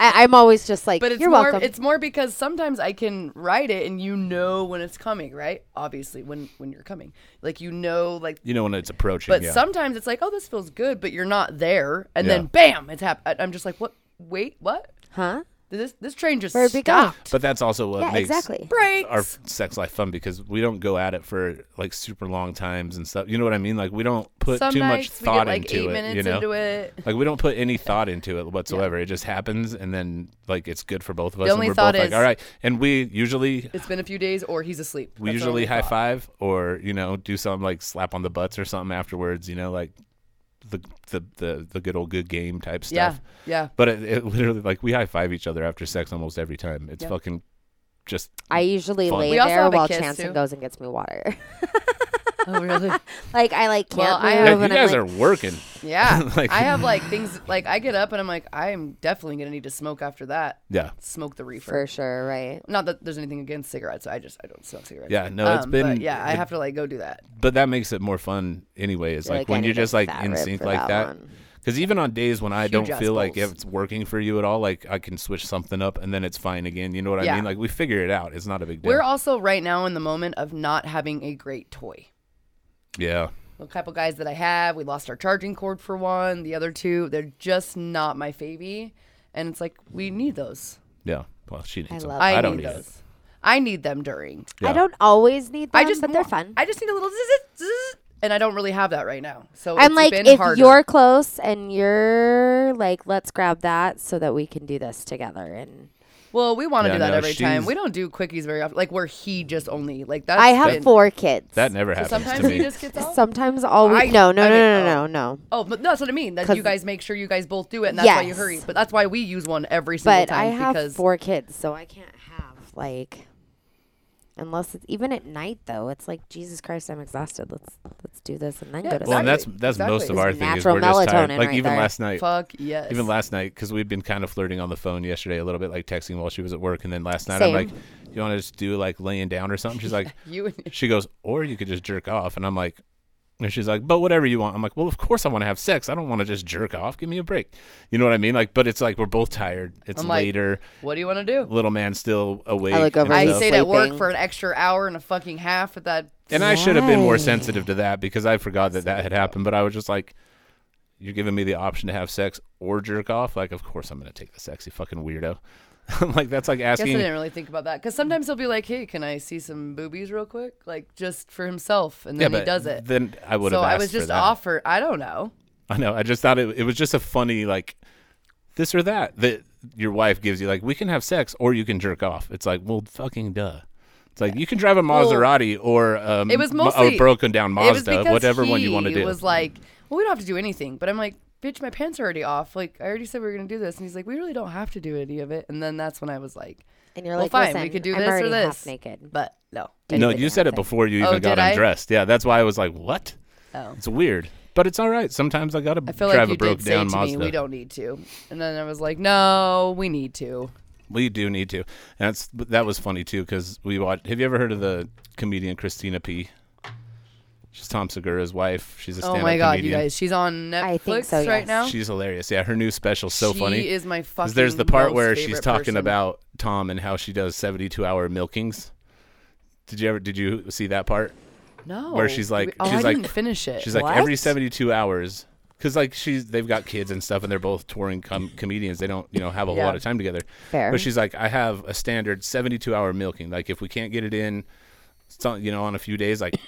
C: I, I'm always just like
A: But it's
C: you're
A: more
C: welcome.
A: it's more because sometimes I can write it and you know when it's coming, right? Obviously, when when you're coming. Like you know like
B: you know when it's approaching
A: but
B: yeah.
A: sometimes it's like, "Oh, this feels good," but you're not there. And
B: Yeah.
A: then bam, it's happened. I'm just like, "What? Wait, what?
C: huh?
A: Did This this train just
C: Where'd we go?
A: stopped."
B: but that's also what
C: Yeah,
B: makes
C: exactly.
A: Breaks.
B: our sex life fun because we don't go at it for like super long times and stuff. You know what I mean? Like we don't put
A: Some
B: too much
A: nights we
B: thought
A: get like
B: into
A: 8
B: it.
A: minutes
B: you know,
A: into it.
B: like we don't put any thought into it whatsoever. It just happens, and then like it's good for both of us.
A: only
B: and we're
A: thought
B: both
A: is-
B: like, all right. And we usually
A: It's been a few days or he's asleep.
B: we
A: That's our
B: usually
A: only
B: high
A: thought.
B: five or you know do something like slap on the butts or something afterwards. You know, like the the the, the good old good game type stuff.
A: Yeah. Yeah.
B: But it, it literally like we high five each other after sex almost every time. It's
A: Yeah.
B: fucking just
C: I usually
B: Fun.
C: lay
A: We also
C: there
A: have a
C: while
A: kiss,
C: Chanson
A: too.
C: goes and gets me water.
A: Oh, really?
C: like I like can't
A: Well, I
C: move.
B: yeah,
A: have-
B: you
C: and
B: guys
C: I'm
B: are
C: like,
B: working.
A: Yeah.
B: Like-
A: I have like things like I get up and I'm like, I am definitely gonna need to smoke after that.
B: Yeah.
A: Smoke the reefer.
C: for sure, right?
A: Not that there's anything against cigarettes. I just I don't smoke cigarettes.
B: Yeah, no, it's
A: Um,
B: been-
A: But yeah, I
B: it-
A: have to like go do that.
B: but that makes it more fun anyway it's
C: You're
B: like,
C: like, I
B: when
C: need
B: you're
C: a
B: just like
C: fat
B: in
C: rib
B: sync
C: for
B: like
C: that
B: that
C: one.
B: because even on days when i don't
A: ass
B: feel like
A: balls.
B: if it's working for you at all like i can switch something up and then it's fine again you know what
A: Yeah.
B: i mean like we figure it out it's not a big deal
A: We're also right now in the moment of not having a great toy.
B: yeah
A: The couple guys that I have, we lost our charging cord for one. The other two, they're just not my baby, and it's like we need those.
B: yeah well she needs
C: I
B: them.
C: love
A: I,
B: i don't
A: need,
B: need it.
A: those. I need them during.
C: I
B: Yeah.
C: don't always need them,
A: I just
C: Um, but they're
A: want-
C: fun.
A: I just need a little zzz, zzz, and I don't really have that right now. So
C: I'm
A: it's
C: like,
A: been
C: if
A: harder.
C: you're close and you're like, let's grab that so that we can do this together. And
A: well, we want to
B: Yeah,
A: do that
B: no,
A: every time.
B: she's-
A: We don't do quickies very often, like where he just only like that.
C: I have four kids.
B: that never
A: So
B: happens
A: sometimes
B: to
A: he
B: me
A: just gets off.
C: Sometimes all we
A: I-
C: no no
A: I
C: no
A: mean,
C: no no
A: oh.
C: no.
A: Oh, but no, that's what I mean. That
C: 'Cause-
A: you guys make sure you guys both do it, and that's why you hurry.
C: Yes.
A: But that's why we use one every single
C: But I
A: time
C: have
A: because
C: four kids, so I can't have like unless it's even at night though. It's like Jesus Christ, I'm exhausted. Let's let's do this and then
A: Yeah,
C: go to
B: well
C: sleep.
B: and that's
A: Exactly.
B: that's most
A: Exactly.
B: of our
C: It's
B: thing is
C: natural
B: we're just tired
C: melatonin
B: like
C: right
B: even
C: there.
B: last night
A: fuck yes.
B: even last night because we'd been kind of flirting on the phone yesterday a little bit like texting while she was at work and then last night
C: Same.
B: i'm like you want to just do like laying down or something?" She's like,
A: You and
B: she goes, "Or you could just jerk off." And I'm like, and she's like, "But whatever you want." I'm like, "Well, of course I want to have sex. I don't want to just jerk off. Give me a break." You know what I mean? Like, but it's like we're both tired. It's
A: I'm like,
B: later.
A: what do you want to do?
B: Little man still awake.
C: look over
B: and
A: I
C: you.
B: stuff.
A: stayed at work
C: Sleeping.
A: for an extra hour and a fucking half at that.
B: And I should have been more
C: Why?
B: sensitive to that because I forgot that that had happened. But I was just like, "You're giving me the option to have sex or jerk off." Like, of course I'm gonna take the sexy fucking weirdo. I'm like, that's like
A: I guess I
B: asking.
A: didn't really think about that because sometimes he'll be like, "Hey, can I see some boobies real quick?" Like just for himself, and
B: Yeah,
A: then
B: but
A: he does it.
B: Then I would
A: so
B: have.
A: I
B: asked
A: was
B: for
A: just
B: that.
A: offered. I don't know.
B: I know. I just thought it, it was just a funny like this or that that your wife gives you like we can have sex or you can jerk off. It's like well fucking duh. It's like you can drive a Maserati or um,
A: It was
B: mo-
A: mostly-
B: a broken down
A: it was
B: Mazda,
A: because
B: whatever
A: he
B: one you want to do.
A: was like, "Well, we don't have to do anything." But I'm like, "Bitch, my pants are already off. Like I already said we were gonna do this," and he's like, "We really don't have to do any of it." And then that's when I was like,
C: And you're
A: "Well,
C: like,
A: fine,
C: Listen,
A: we could do
C: I'm
A: this
C: already
A: or this."
C: half naked.
A: But no,
B: no,
C: did
B: you
C: that
B: said it
C: thing.
B: before you
A: Oh,
B: even got
A: did I?
B: undressed. Yeah, that's why I was like, what?
A: oh.
B: It's weird, but it's all right. Sometimes I gotta
A: I feel
B: drive
A: like you
B: a broke
A: did say to
B: down Mazda.
A: me, "We don't need to," and then I was like, "No, we need to."
B: We do need to, and that's that was funny too because we watched. Have you ever heard of the comedian Christina P? She's Tom Segura's wife. She's a
A: Oh
B: stand-up
A: my god,
B: comedian.
A: you guys, she's on Netflix
C: I think so,
A: right
C: yes.
A: now.
B: She's hilarious. Yeah, her new special's so
A: She
B: funny.
A: is my
B: 'Cause
A: fucking.
B: There's the part
A: most
B: where she's
A: favorite
B: talking
A: person.
B: about Tom and how she does 72 hour milkings. Did you ever did you see that part?
A: no,
B: where she's like-
A: oh,
B: she's
A: I
B: like-
A: didn't finish it.
B: She's like every
C: What?
B: 72 hours cuz like she's they've got kids and stuff and they're both touring com- comedians. They don't, you know, have a
A: Yeah.
B: lot of time together.
C: Fair.
B: But she's like I have a standard 72 hour milking. Like if we can't get it in some, you know, on a few days like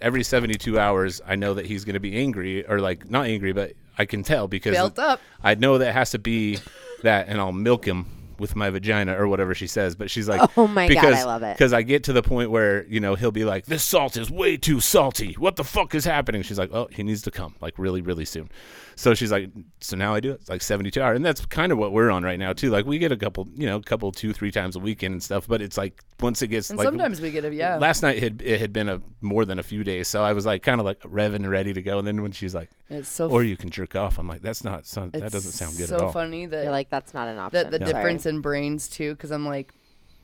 B: every 72 hours I know that he's going to be angry or like not angry but I can tell because
A: built up.
B: I know that has to be that, and I'll milk him with my vagina or whatever she says. But she's like,
C: Oh my God, I
B: because,
C: love it.
B: Because I get to the point where you know he'll be like, "This salt is way too salty. What the fuck is happening?" She's like, "Oh, he needs to come like really, really soon." So she's like, "So now I do it It's like seventy-two hours, and that's kind of what we're on right now too. Like we get a couple, you know, couple two, three times a weekend and stuff. But it's like once it gets
A: And
B: like
A: sometimes we get a yeah.
B: last night had it had been a more than a few days, so I was like kind of like revving, ready to go. And then when she's like,
A: It's so
B: "Or you can jerk off," I'm like, "That's not son- that
A: It's
B: doesn't sound good
A: so
B: at all."
A: funny that
C: You're like, that's not an option.
A: that the
C: Sorry.
A: difference in brains too, because I'm like,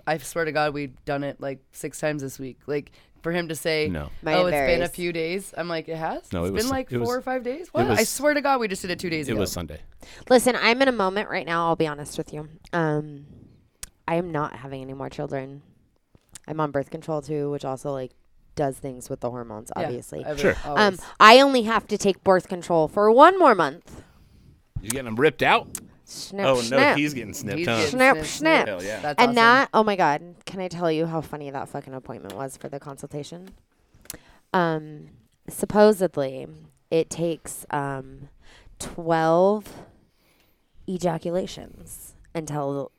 A: I swear to God, we've done it like six times this week. Like for him to say,
B: No.
C: Mine
A: oh, it's been a
C: varies.
A: few days. I'm like, it has.
B: No,
A: it's
B: it was
A: been
B: Sun-
A: like
B: it
A: four
B: was-
A: or five days. What? I
B: was-
A: swear to God, we just did it two days
B: It
A: ago.
B: was Sunday.
C: Listen, I'm in a moment right now. I'll be honest with you. Um, I am not having any more children. I'm on birth control too, which also like does things with the hormones,
A: Yeah,
C: obviously.
A: ever- Oh,
B: Sure.
C: um,
A: always.
C: I only have to take birth control for one more month.
B: You getting them ripped out?
C: Snip,
B: oh no,
C: snip.
B: he's getting snipped.
A: He's
B: huh?
A: getting
C: Snip,
A: snip,
C: snip.
B: Hell yeah.
A: That's
C: and
A: awesome.
C: that, oh my God, can I tell you how funny that fucking appointment was for the consultation? Um, supposedly, it takes um, 12 ejaculations until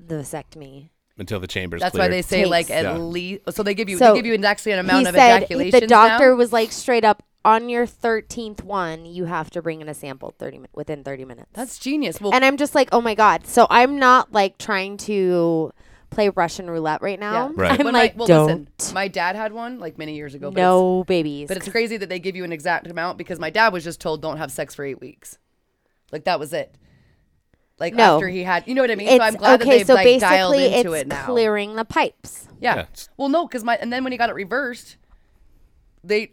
C: the vasectomy.
B: Until the chambers.
A: That's why
B: cleared.
A: they say like
C: Takes-
B: Yeah.
A: at least. So they give you
C: So
A: they give you an- actually an amount
C: he
A: of
C: said
A: ejaculations.
C: the doctor
A: now.
C: was like straight up on your 13th one, you have to bring in a sample 30 min- within 30 minutes.
A: That's genius. Well,
C: and I'm just like, oh my god. So I'm not like trying to play Russian roulette right now.
A: Yeah.
B: Right.
C: I'm
A: when my-
C: like,
A: well,
C: don't.
A: Listen, my dad had one like many years ago. But it's-
C: no babies.
A: But it's crazy that they give you an exact amount because my dad was just told don't have sex for eight weeks. Like that was it. Like
C: No.
A: after he had, you know what I mean.
C: It's-
A: so I'm glad
C: okay.
A: that they've
C: so
A: like
C: basically,
A: dialed into
C: it's
A: it now.
C: clearing the pipes.
A: Yeah.
B: Yeah, it's-
A: Well, no, because my and then when he got it reversed, they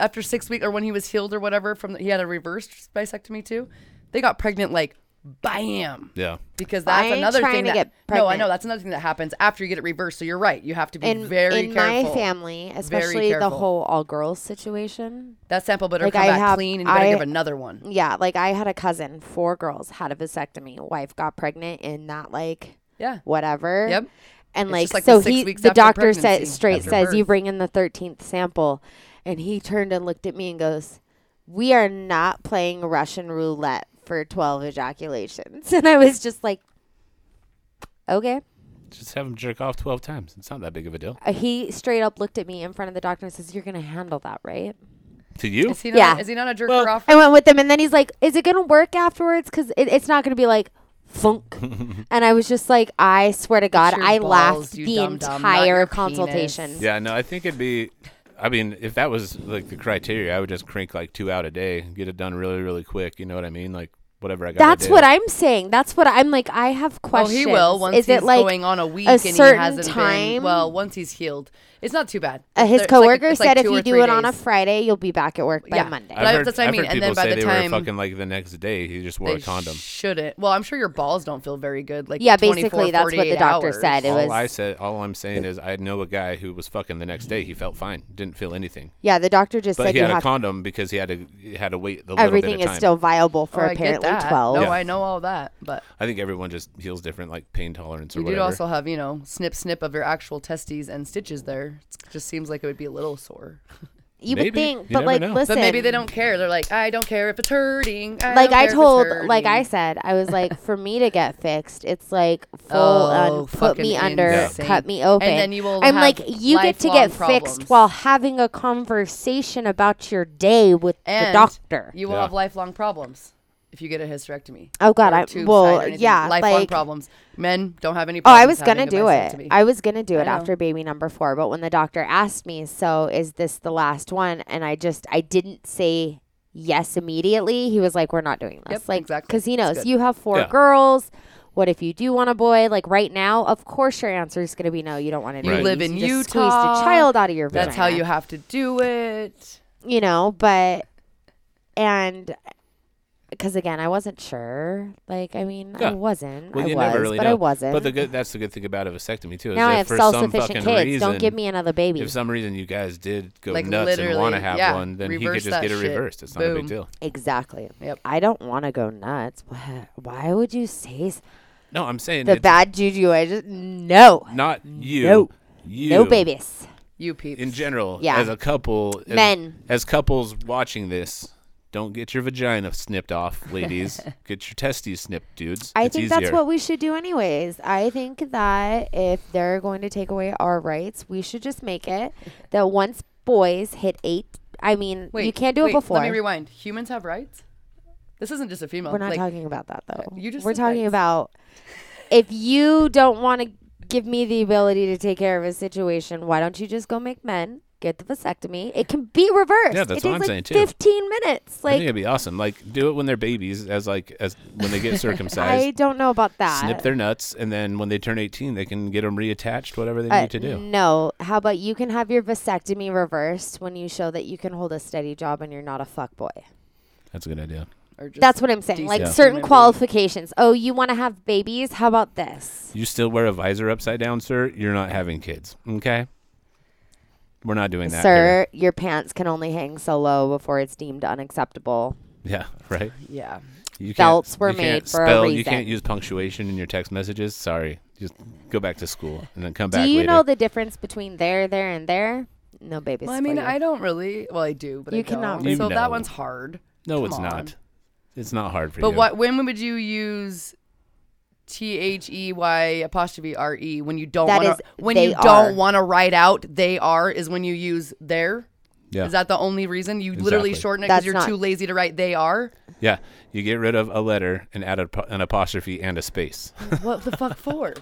A: after six weeks or when he was healed or whatever from the, he had a reversed bisectomy too. They got pregnant like bam
B: Yeah.
A: because
C: I
A: that's
C: ain't
A: another
C: trying
A: thing
C: to
A: that
C: get
A: no, I
C: pregnant.
A: know that's another thing that happens after you get it reversed. So you're right. You have to be
C: In
A: very
C: in
A: careful.
C: my family, especially the
A: careful.
C: whole all girls situation.
A: that sample better
C: Like,
A: come
C: I
A: back
C: have-
A: clean and you better
C: I-
A: give another one.
C: Yeah, like I had a cousin, four girls had a vasectomy. Wife got pregnant in that like
A: Yeah.
C: whatever.
A: Yep.
C: And
A: It's just
C: like,
A: like
C: so
A: the six
C: he
A: weeks
C: the
A: after
C: doctor said
A: pregnancy,
C: straight
A: after
C: says you
A: birth.
C: bring in the thirteenth sample, and he turned and looked at me and goes, "We are not playing Russian roulette for twelve ejaculations." And I was just like, "Okay."
B: Just have him jerk off twelve times. It's not that big of a deal.
C: Uh, He straight up looked at me in front of the doctor and says, "You're gonna handle that, right?"
B: To you?
A: Is he not,
C: Yeah. Oh,
A: is he not a jerk
B: Well-
A: off?
C: I went with him, and then he's like, "Is it gonna work afterwards? Because it, it's not gonna be like." Funk, and I was just like, I swear to God,
A: your
C: I
A: balls,
C: laughed
A: you
C: the
A: dum-dum, not
C: entire
A: your
C: consultation.
A: penis.
B: Yeah. No, I think it'd be. I mean, if that was like the criteria, I would just crank like two out a day, and get it done really, really quick. You know what I mean? Like whatever I got.
C: That's what I'm saying. That's what I'm like. I have
A: Oh,
C: questions.
A: he will once
C: Is
A: he's
C: it like
A: going on a week
C: a
A: and he
C: certain
A: hasn't been.
C: time?
A: Well, once he's healed, it's not too bad.
C: uh, his
A: It's like-
C: coworker
A: it's like
C: said if
A: two
C: you
A: or
C: do
A: three
C: it on a
A: days.
C: Friday, you'll be back at work by
A: Yeah.
C: Monday.
A: I've heard-
B: that's what I mean. And then by the time were fucking like the next day, he just wore
A: They
B: a condom.
A: Shouldn't. Well, I'm sure your balls don't feel very good. Like
C: Yeah,
A: 24,
C: basically, that's what the
A: 48
C: doctor
A: hours.
C: said. It
B: all
C: was
B: I said, all I'm saying is, I know a guy who was fucking the next day. He felt fine, didn't feel anything,
C: yeah. The doctor just
B: but
C: said
B: he
C: you
B: had a
C: have
B: condom because he had to he had to wait a little
C: everything
B: bit of
C: is
B: time.
C: still viable for
A: Oh, I get
C: apparently
A: that.
C: twelve.
A: No,
B: Yeah.
A: I know all that, but
B: I think everyone just heals different, like pain tolerance or
A: you did
B: whatever.
A: also have you know snip snip of your actual testes and stitches there. It just seems like it would be a little sore.
C: You would
B: Maybe.
C: think,
B: You
C: but
B: never
C: like,
B: know. But
C: listen.
A: But maybe they don't care. They're like, I don't care if it's hurting. I
C: Like
A: don't
C: I
A: care if it's
C: told, like I
A: hurting."
C: said, I was like, for me to get fixed, it's like full
A: Oh,
C: on, put me
A: fucking
C: under,
A: insane.
C: cut me open.
A: And then you will
C: I'm
A: have
C: like, you get to get
A: lifelong
C: fixed
A: problems.
C: while having a conversation about your day with
A: and
C: the doctor.
A: You will
B: Yeah.
A: have lifelong problems if you get a hysterectomy.
C: Oh, God,
A: or a
C: I-
A: tube
C: well,
A: side or anything.
C: yeah,
A: lifelong
C: like-
A: problems. Men don't have any.
C: Oh,
A: Problems
C: I was gonna
A: having a
C: do it.
A: vasectomy.
C: I was gonna do it
A: know.
C: after baby number four, but when the doctor asked me, "So is this the last one?" and I just I didn't say yes immediately. He was like, "We're not doing this,"
A: Yep,
C: like
A: exactly.
C: because he
A: That's
C: knows
A: good.
C: you have four
B: Yeah.
C: girls. What if you do want a boy? Like right now, of course your answer is gonna be no. You don't want to.
B: You
A: live in
C: just Squeezed
A: Utah.
C: a child out of your.
A: That's how
C: vagina
A: you have to do it.
C: you know, but and because again, I wasn't sure. Like, I mean, I
B: Yeah.
C: wasn't.
B: Well,
C: I
B: you
C: was,
B: never really
C: but
B: know.
C: I wasn't.
B: But the good, that's the good thing about a vasectomy too. Is
C: now
B: if
C: I have
B: for some
C: self-sufficient
B: fucking
C: kids.
B: Reason,
C: Don't give me another baby.
B: If some reason you guys did go
A: Like,
B: nuts and want
A: literally,
B: to have
A: yeah,
B: one, then he could
A: reverse
B: just get
A: that
B: it
A: shit.
B: reversed. It's not a
A: Boom.
B: big deal.
C: exactly.
A: Yep.
C: I don't want to go nuts. Why- Why would you say s-
B: No, I'm saying
C: the
B: it's
C: bad juju? I just no,
B: not you.
C: No.
B: you.
C: no babies.
A: You peeps.
B: In general,
C: Yeah.
B: as a couple, as,
C: Men.
B: as couples watching this, don't get your vagina snipped off, ladies. get your testes snipped, dudes.
C: I
B: it's
C: think
B: easier.
C: that's what we should do, anyways. I think that if they're going to take away our rights, we should just make it that once boys hit eight, I mean, you can't do
A: wait,
C: it before.
A: Let me rewind. Humans have rights. This isn't just a female.
C: We're not
A: like,
C: talking about that though.
A: you just
C: We're
A: said
C: talking
A: rights.
C: about if you don't want to give me the ability to take care of a situation, why don't you just go make men get the vasectomy? It can be reversed.
B: Yeah,
C: it
B: that's
C: takes
B: what I'm
C: like
B: saying, too.
C: 15 minutes.
B: I think
C: Like
B: it'd be awesome. Like, do it when they're babies, as like as when they get
C: I
B: circumcised,
C: don't know about that.
B: snip their nuts, and then when they turn 18, they can get them reattached, whatever they
C: Uh,
B: need to do.
C: No, how about you can have your vasectomy reversed when you show that you can hold a steady job and you're not a fuck boy.
B: That's a good idea.
A: Or just,
C: That's what I'm saying.
A: decent
C: Like
A: Yeah.
C: certain
A: human being.
C: qualifications. Oh, you want to have babies? How about this?
B: You still wear a visor upside down, sir. You're not having kids. Okay. We're not doing that.
C: Sir, your pants can only hang so low before it's deemed unacceptable.
B: here. Yeah. Right.
A: yeah.
B: You can't-
C: Belts were
B: you can't
C: made for a
B: spell- You
C: reason.
B: can't use punctuation in your text messages. Sorry. Just go back to school and then come
C: Do
B: back
C: you
B: later.
C: know the difference between there, there, and there? No babies.
A: Well, I
C: for
A: mean,
C: you.
A: I don't really. Well, I do, but I
C: You cannot
A: don't.
B: You
A: so
B: know.
A: that one's hard.
B: no,
A: Come
B: it's
A: on.
B: not. It's not hard for
A: But
B: you.
A: what? When would you use T H E Y apostrophe R E when you don't
C: That
A: want
C: is-
A: to when
C: they
A: you
C: are.
A: don't want to write out they are is when you use their.
B: Yeah.
A: Is that the only reason you literally
B: Exactly.
A: shorten it
C: That's
A: because you're
C: not-
A: too lazy to write they are?
B: yeah. You get rid of a letter and add a, po- an apostrophe and a space.
A: What the fuck for?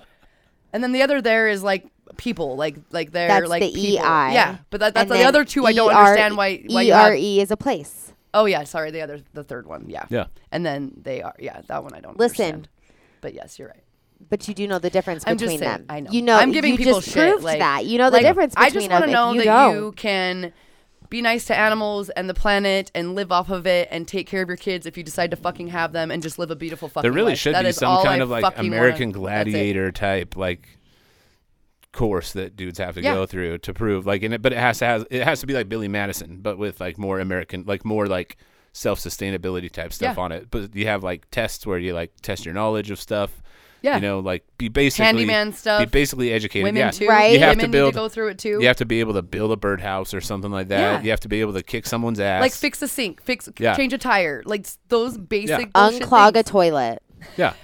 A: And then the other there is like people, like like they're
C: That's
A: like
C: the
A: people.
C: EI.
A: Yeah, but that, that's
C: And
A: the
C: then
A: other two. I don't
C: ER
A: understand why why you have-
C: ERE E is a place.
A: Oh yeah, sorry, the other the third one. Yeah.
B: Yeah.
A: And then they are yeah, that one I don't
C: Listen.
A: understand. But yes, you're right.
C: But you do know the difference
A: I'm
C: between
A: just
C: them.
A: saying, I know.
C: You know,
A: I'm giving
C: you
A: people
C: just
A: shit.
C: proved
A: like-
C: that. You know the
A: like,
C: difference between
A: I just
C: them.
A: wanna
C: if
A: know
C: you
A: that
C: don't.
A: you can be nice to animals and the planet and live off of it and take care of your kids if you decide to fucking have them and just live a beautiful fucking
B: There really
A: life.
B: should
A: That
B: be
A: is
B: some
A: all
B: kind
A: I
B: of like
A: fucking wanna-
B: American
A: that's it.
B: gladiator type like course that dudes have to
A: Yeah.
B: go through to prove like and it but it has to has it has to be like Billy Madison but with like more American like more like self sustainability type stuff
A: Yeah.
B: on it. But you have like tests where you like test your knowledge of stuff.
A: Yeah.
B: You know, like be basically
A: Handyman
B: Be
A: stuff.
B: basically educated.
A: Women
B: yeah.
A: too.
C: Right?
B: You have
A: Women
B: to build
A: need to go through it too.
B: you have to be able to build a birdhouse or something like that.
A: Yeah.
B: You have to be able to kick someone's ass.
A: Like fix a sink, fix
B: Yeah.
A: change a tire, like s- those basic bullshit
C: Unclog a
A: things.
C: toilet.
B: Yeah.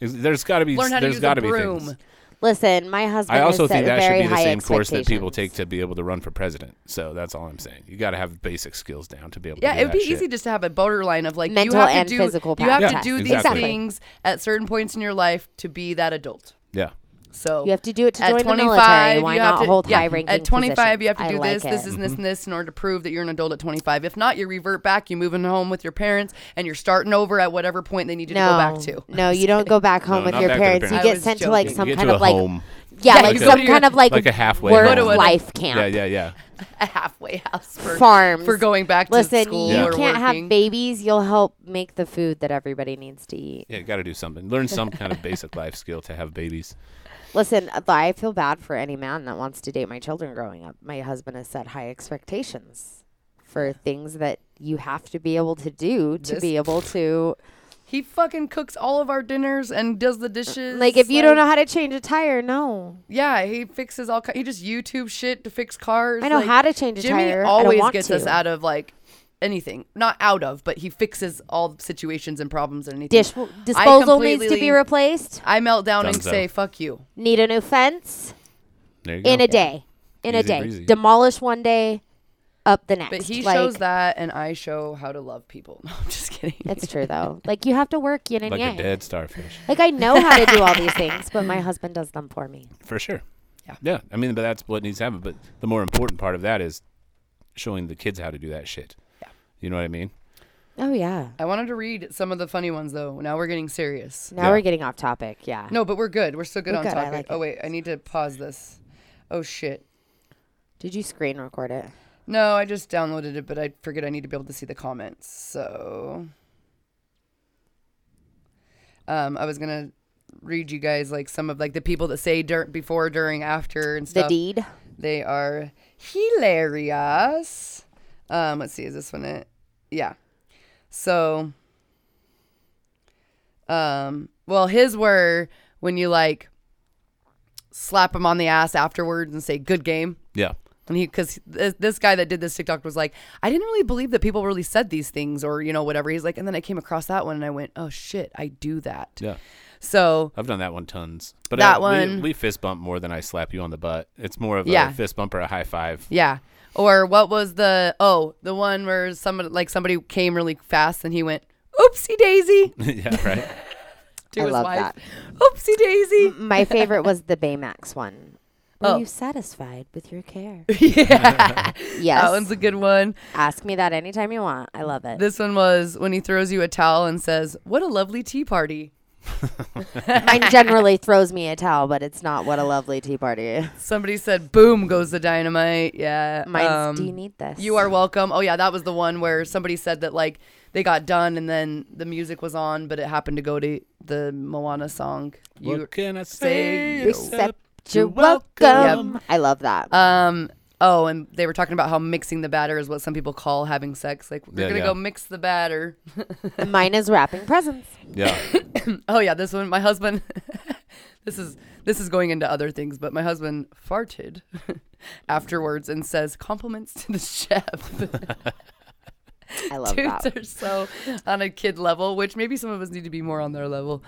B: There's got to be
A: Learn how to
B: there's
A: use
B: got
A: a
B: to be
A: broom.
B: things.
C: Listen, my husband.
B: I also
C: has set
B: think that
C: very
B: should be the
C: high
B: same course that people take
C: expectations.
B: to be able to run for president. So that's all I'm saying. You got to have basic skills down to be able.
A: Yeah,
B: to do
A: it would
B: that
A: be
B: shit.
A: easy just to have a borderline of like
C: Mental
A: you have to
C: and
A: do,
C: physical
A: You have
B: Yeah,
A: to do these
B: exactly.
A: things at certain points in your life to be that adult.
B: Yeah,
A: So
C: You have to do it to
A: at
C: join the
A: 25,
C: military. Why
A: you have
C: not
A: to-
C: hold
A: yeah,
C: high ranking
A: At 25,
C: positions?
A: you have to
C: I
A: do
C: like
A: this,
C: it. Mm-hmm.
A: this, this, and this, and this in order to prove that you're an adult at 25. If not, you revert back, you move in home with your parents, and you're starting over at whatever point they need you to go back to.
C: No, you don't go back home
B: No,
C: with
B: not
C: your
B: back to the
C: parents. You
B: parents.
A: I
C: get
A: was
C: sent to like
A: joking.
C: some
B: you get
C: kind
B: to
C: of
B: a
C: like
B: home,
C: yeah,
A: Yeah,
C: like
A: you go
C: some
A: to your-
C: kind of like
B: like a halfway
C: work
B: home.
C: life camp.
B: Yeah, yeah, yeah.
A: A halfway house for,
C: Farms.
A: for going back to
C: Listen,
A: school
C: you
A: or
C: can't have
A: working.
C: babies. You'll help make the food that everybody needs to eat.
B: Yeah, you got to do something. Learn some kind of basic life skill to have babies.
C: Listen, uh, I feel bad for any man that wants to date my children growing up. My husband has set high expectations for things that you have to be able to do to
A: This-
C: be able to
A: he fucking cooks all of our dinners and does the dishes.
C: like if you don't know how to change a tire, no.
A: Yeah, he fixes all. ki- He just YouTube shit to fix cars.
C: I know
A: like,
C: how to change a
A: Jimmy
C: tire. I don't
A: always
C: want
A: gets
C: to.
A: us out of like anything, not out of, but he fixes all situations and problems and anything.
C: Dish
A: I
C: disposal needs to be
A: completely-
C: replaced.
A: I melt down and
B: Dunzo.
A: say "fuck you."
C: Need a new fence
B: There you go.
C: in a day. In a
B: Easy
C: day.
B: breezy.
C: Demolish one day, up the next.
A: But he
C: Like,
A: shows that, and I show how to love people. No, I'm just kidding.
C: It's true though. Like you have to work yin and
B: like
C: yang.
B: a dead starfish
C: Like I know how to do all these things, but my husband does them for me.
B: for sure.
A: Yeah.
B: yeah. I mean, but that's what needs to happen. But the more important part of that is showing the kids how to do that shit.
A: Yeah.
B: You know what I mean?
C: Oh yeah.
A: I wanted to read some of the funny ones though. Now we're getting serious.
C: Now
B: Yeah.
C: we're getting off topic. Yeah.
A: No, but we're good. We're still good
C: We're
A: on
C: good. I
A: topic.
C: like
A: oh
C: it.
A: wait, I need to pause this. Oh shit.
C: Did you screen record it?
A: No, I just downloaded it, but I forget I need to be able to see the comments. So, um, I was gonna read you guys like some of like the people that say dur- before, during, after, and
C: The
A: stuff.
C: deed.
A: They are hilarious. Um, let's see, is this one it? Yeah. So, um, well, his were when you like slap him on the ass afterwards and say "good game."
B: Yeah.
A: And he, because this, this guy that did this TikTok was like, I didn't really believe that people really said these things or, you know, whatever. He's like, and then I came across that one and I went, oh shit, I do that.
B: Yeah.
A: So,
B: I've done that one tons. But I,
A: That one-
B: We, we fist bump more than I slap you on the butt. It's more of
A: Yeah.
B: a fist bump or a high five.
A: yeah. Or what was the, oh, the one where somebody, like somebody came really fast and he went, oopsie daisy
B: yeah, right.
A: to
C: I
A: his
C: love
A: wife.
C: that. Mm-hmm.
A: Oopsie daisy.
C: My favorite was the Baymax one. Were
A: Oh.
C: you satisfied with your care?
A: yeah.
C: yes.
A: That one's a good one.
C: Ask me that anytime you want. I love it.
A: This one was when he throws you a towel and says, what a lovely tea party.
C: Mine generally throws me a towel, but it's not what a lovely tea party is.
A: Somebody said, boom goes the dynamite. Yeah.
C: Mine's,
A: um,
C: do you need this?
A: You are welcome. Oh yeah, that was the one where somebody said that like they got done and then the music was on, but it happened to go to the Moana song. You
B: what can I say?
C: Except you're welcome.
B: welcome.
C: I love that.
A: um oh, and they were talking about how mixing the batter is what some people call having sex. Like we're
B: Yeah,
A: gonna
B: yeah.
A: go mix the batter.
C: Mine is wrapping presents.
B: Yeah.
A: oh yeah, this one my husband this is this is going into other things, but my husband farted afterwards and says compliments to the chef.
C: I love that.
A: Dudes are so on a kid level, which maybe some of us need to be more on their level.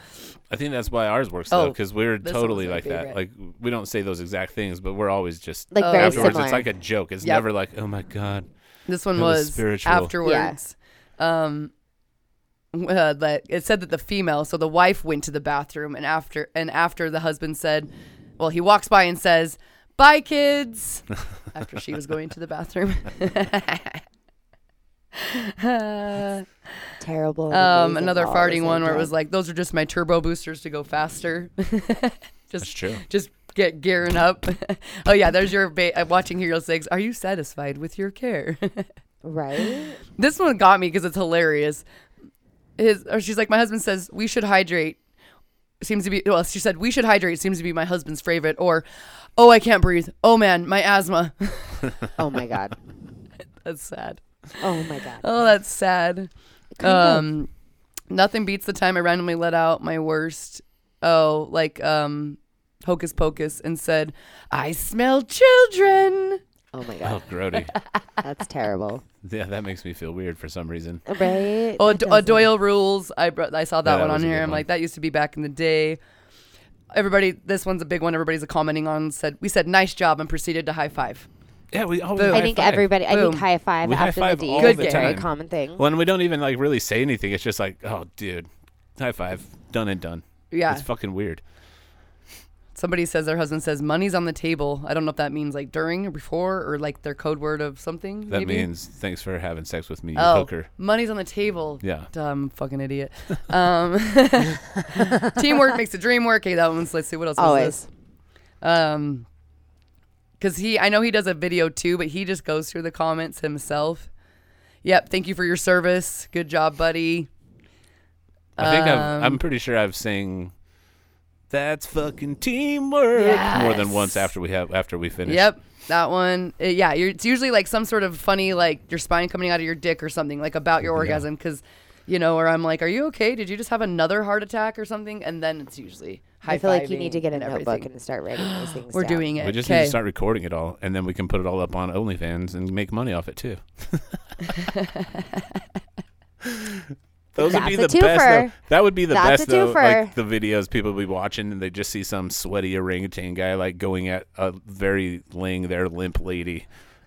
B: I think that's why ours works though,
A: Oh,
B: because we're
A: this one was
B: totally
A: my
B: like that.
A: favorite.
B: Like we don't say those exact things, but we're always just
C: Like
A: Oh,
C: very
B: afterwards.
C: similar.
B: It's like a joke. It's
A: Yep.
B: never like, oh my god.
A: This one
B: That was
A: was,
B: spiritual.
A: afterwards. Um, uh, that it said that the female, so the wife went to the bathroom, and after and after the husband said, well, he walks by and says, "Bye, kids," after she was going to the bathroom.
C: terrible.
A: um,
C: reasons
A: another
C: all at the
A: farting
C: same
A: one where it was
C: time.
A: like, "Those are just my turbo boosters to go faster."
B: That's true.
A: just get gearing up. oh yeah, there's your ba- uh, watching Hero Six. Are you satisfied with your care?
C: right?
A: This one got me because it's hilarious. His or she's like, my husband says we should hydrate. Seems to be well. She said we should hydrate. Seems to be my husband's favorite. Or, oh, I can't breathe. Oh man, my asthma.
C: Oh my god.
A: that's sad.
C: Oh my god.
A: Oh, that's sad.
C: Kind of.
A: Um, nothing beats the time I randomly let out my worst. Oh, like um, hocus pocus, and said, I smell children.
C: Oh my god.
B: Oh, grody.
C: That's terrible.
B: yeah, that makes me feel weird for some reason.
C: Right?
A: Oh,
C: That
A: Do- uh,
C: doesn't-
A: Doyle rules. I br- I saw that
B: Yeah, that
A: one on
B: was a
A: here.
B: good
A: I'm
B: one.
A: like, that used to be back in the day. Everybody, this one's a big one. Everybody's commenting on. Said we said nice job and proceeded to high five.
B: Yeah, we always.
A: Boom.
C: I
B: high
C: think
B: five.
C: everybody. I think
A: Boom.
C: high five
B: We high
C: after
B: five
C: the D.
B: all
A: Good
B: the
A: game.
C: very
B: time.
C: common thing.
B: Well, and we don't even like really say anything. It's just like, oh, dude, high five, done and done.
A: Yeah,
B: It's fucking weird.
A: Somebody says their husband says money's on the table. I don't know if that means like during or before or like their code word of something.
B: That
A: maybe?
B: means thanks for having sex with me, you
A: oh,
B: hooker.
A: money's on the table.
B: Yeah.
A: dumb fucking idiot. Um, teamwork makes the dream work. Hey, that one's. Let's see what else. Is
C: Always.
A: this? Um, because he, I know he does a video too, but he just goes through the comments himself. Yep, thank you for your service. Good job, buddy.
B: I think I've,
A: Um,
B: I'm pretty sure I've sang "That's fucking teamwork" more than once
A: Yes.
B: after we have after we finish.
A: Yep, that one. Uh, yeah, you're, it's usually like some sort of funny, like your spine coming out of your dick or something, like about your orgasm, because you know, or I'm like, "Are you okay? Did you just have another heart attack or something?" And then it's usually high.
C: I feel like you need to get a
A: and
C: notebook
A: everything.
C: and start writing these things.
A: We're
C: down.
A: doing it.
B: We just need
A: okay.
B: to start recording it all, and then we can put it all up on OnlyFans and make money off it too. Those would be the
C: That's a
B: best. Though.
C: twofer.
B: That would be the
C: That's
B: best
C: a
B: though. Like
C: twofer.
B: the videos people be watching, and they just see some sweaty orangutan guy like going at a very laying there limp lady,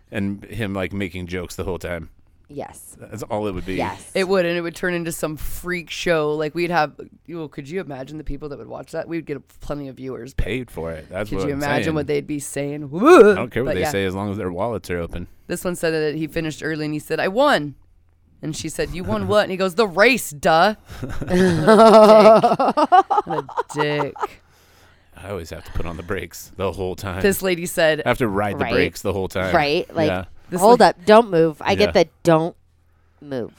B: and him like making jokes the whole time.
C: Yes.
B: That's all it would be.
C: Yes.
A: It would, and it would turn into some freak show. Like we'd have. Well, could you imagine the people that would watch that? We'd get plenty of viewers. But
B: Paid for it. That's
A: could
B: what
A: you
B: I'm
A: imagine
B: saying.
A: what they'd be saying?
B: I don't care what
A: But
B: they
A: yeah.
B: say as long as their wallets are open.
A: This one said that he finished early, and he said, "I won." And she said, "You won what?" And he goes, "The race, duh." what a dick. What a dick.
B: I always have to put on the brakes the whole time.
A: This lady said,
B: I have to ride the
C: Right.
B: brakes the whole time.
C: Right? Like,
B: yeah.
A: This
C: hold
A: like-
C: up. Don't move. I
B: Yeah.
C: get the don't move.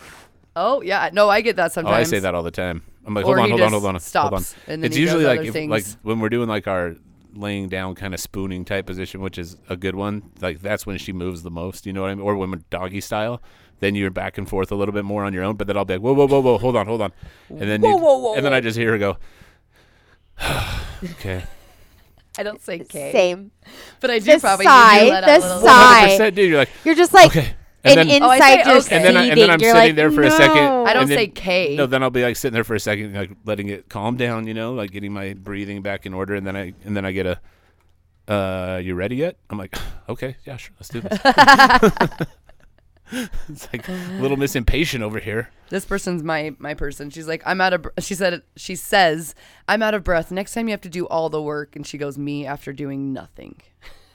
A: "Oh yeah, no, I get that
B: Oh,
A: sometimes."
B: I say that all the time. I'm like, hold
A: Or
B: on,
A: he
B: hold on,
A: just
B: hold on, hold on.
A: stops, and then
B: it's
A: he does
B: usually like
A: other
B: if, like
A: things.
B: when we're doing like our laying down kind of spooning type position, which is a good one. Like that's when she moves the most. You know what I mean? Or when we're doggy style, then you're back and forth a little bit more on your own. But then I'll be like, whoa, whoa, whoa, whoa, hold on, hold on, and then you,
A: Whoa, whoa, whoa,
B: and then
A: whoa.
B: I just hear her go. okay.
A: I don't say K,
C: Same.
A: but I do
C: The
A: probably
C: sigh,
A: you do let
C: the
A: out a little.
C: sigh. Hi.
B: 100%, dude, you're like,
C: You're just like
B: Okay. And
C: an
B: then-
A: Oh, I say
C: inside you're
A: okay.
B: and then, I, and then I'm
C: seething. You're
B: sitting
C: like,
B: there for a second.
C: "No."
A: I don't
B: and then-
A: say K.
B: No, then I'll be like sitting there for a second, like letting it calm down, you know, like getting my breathing back in order, and then I and then I get a, uh, you ready yet? I'm like, okay, yeah, sure, let's do this. it's like little Miss Impatient over here.
A: This person's my my person. She's like, I'm out of. Br-. She said, she says, I'm out of breath. Next time you have to do all the work, and she goes, me after doing nothing.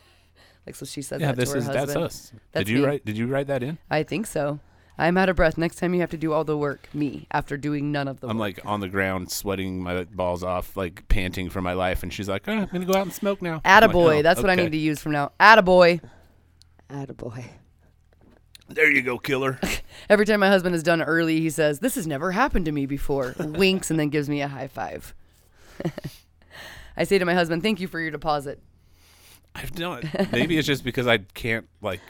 A: like so, she says
B: Yeah,
A: that
B: this
A: to her
B: is
A: husband.
B: that's us.
A: That's
B: did you
A: me.
B: write? Did you write that in?
A: I think so. I'm out of breath. Next time you have to do all the work, me after doing none of the
B: I'm
A: work.
B: like on the ground, sweating my balls off, like panting for my life, and she's like, "Ah, I'm gonna go out and smoke now. I'm like,
A: Attaboy.
B: "Oh,
A: That's what I
B: okay.
A: need to use from now. Attaboy.
C: Attaboy.
B: There you go, killer.
A: Every time my husband is done early, he says, This has never happened to me before. Winks and then gives me a high five. I say to my husband, Thank you for your deposit.
B: I've done. Maybe it's just because I can't like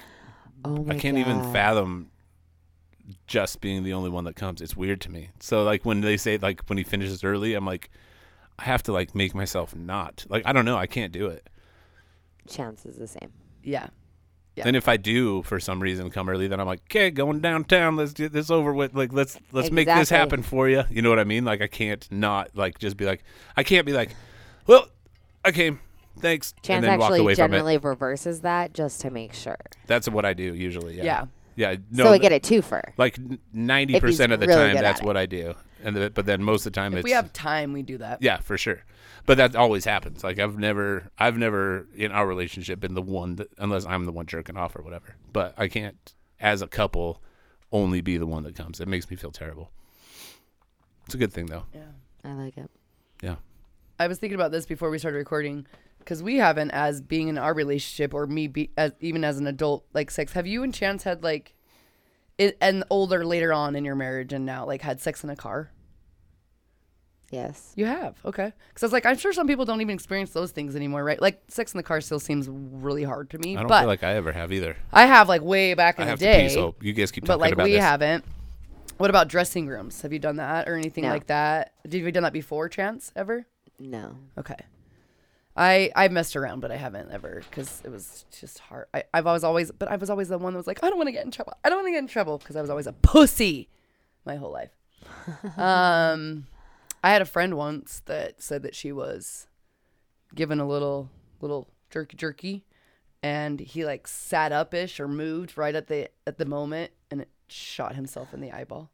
C: Oh my
B: I can't even
C: God.
B: fathom just being the only one that comes. It's weird to me. So like when they say like when he finishes early, I'm like, I have to like make myself not like I don't know. I can't do it.
C: Chance is the same.
A: Yeah. Yeah.
B: And if I do for some reason come early, then I'm like, okay, going downtown. Let's get this over with. Like let's let's make this
C: Exactly.
B: happen for you. You know what I mean? Like I can't not like just be like I can't be like, well, I came. Thanks,
C: Chance
B: and then walk
C: actually
B: away from it.
C: generally reverses that just to make sure.
B: That's what I do usually. Yeah.
A: Yeah.
B: Yeah, No,
C: so we
B: th-
C: get a twofer.
B: like ninety percent of the
C: really
B: time
C: good
B: that's
C: at it.
B: what I do, and the, but then most of the time
A: If
B: it's
A: we have time, we do that.
B: yeah for sure. But that always happens. Like I've never, I've never in our relationship been the one that unless I'm the one jerking off or whatever. But I can't as a couple only be the one that comes. It makes me feel terrible. It's a good thing though.
C: I like it.
B: Yeah.
A: I was thinking about this before we started recording because we haven't, as being in our relationship or me be, as, even as an adult, like sex. Have you and Chance had like, i and older later on in your marriage and now, like had sex in a car?
C: Yes.
A: You have, okay. Because I was like, I'm sure some people don't even experience those things anymore, right? Like sex in the car still seems really hard to me,
B: I don't
A: but
B: feel like I ever have either.
A: I have like way back in
B: I
A: the
B: have to
A: day.
B: pee, so you guys keep talking
A: but like
B: about
A: we
B: this.
A: haven't. What about dressing rooms? Have you done that or anything
C: No.
A: like that? Did we done that before, Chance? Ever?
C: No.
A: Okay. I I messed around, but I haven't ever because it was just hard. I, I've always always, but I was always the one that was like, I don't want to get in trouble. I don't want to get in trouble because I was always a pussy my whole life. um, I had a friend once that said that she was given a little little jerky jerky, and he like sat up ish or moved right at the at the moment, and it shot himself in the eyeball.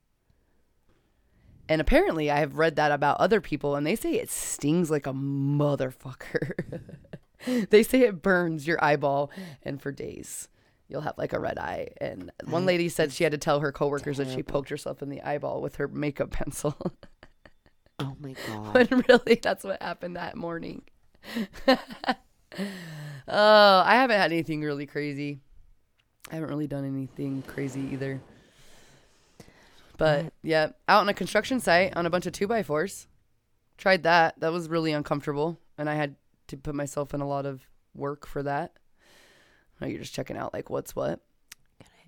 A: And apparently, I have read that about other people, and they say it stings like a motherfucker. they say it burns your eyeball, and for days, you'll have like a red eye. And one lady said she had to tell her coworkers that she poked herself in the eyeball with her makeup pencil.
C: Oh my god.
A: but really, that's what happened that morning. oh, I haven't had anything really crazy. I haven't really done anything crazy either. But yeah, out on a construction site on a bunch of two by fours. Tried that. That was really uncomfortable, and I had to put myself in a lot of work for that. Oh, you're just checking out like what's what.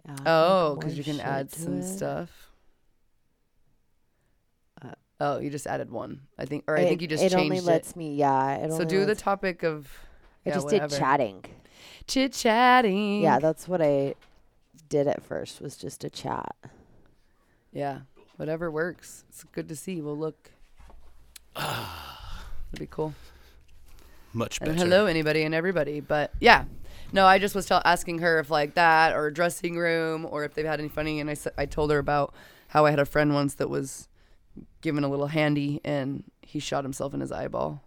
C: Uh,
A: Oh,
C: more
A: because you can
C: shit
A: add
C: to
A: some
C: it.
A: stuff.
C: Uh,
A: oh, you just added one. I think, or I think you just
C: it
A: changed
C: only
A: it.
C: lets me. Yeah. It
A: so
C: only
A: do the
C: lets-
A: topic of.
C: I
A: yeah,
C: just
A: whatever.
C: did chatting.
A: Chit chatting.
C: Yeah, that's what I did at first was just a chat.
A: yeah. Whatever works. It's good to see. We'll look. That'd be cool.
B: Much better.
A: And hello, anybody and everybody. But yeah, no, I just was tell- asking her if like that or dressing room or if they've had any funny. And I s- I told her about how I had a friend once that was given a little handy and he shot himself in his eyeball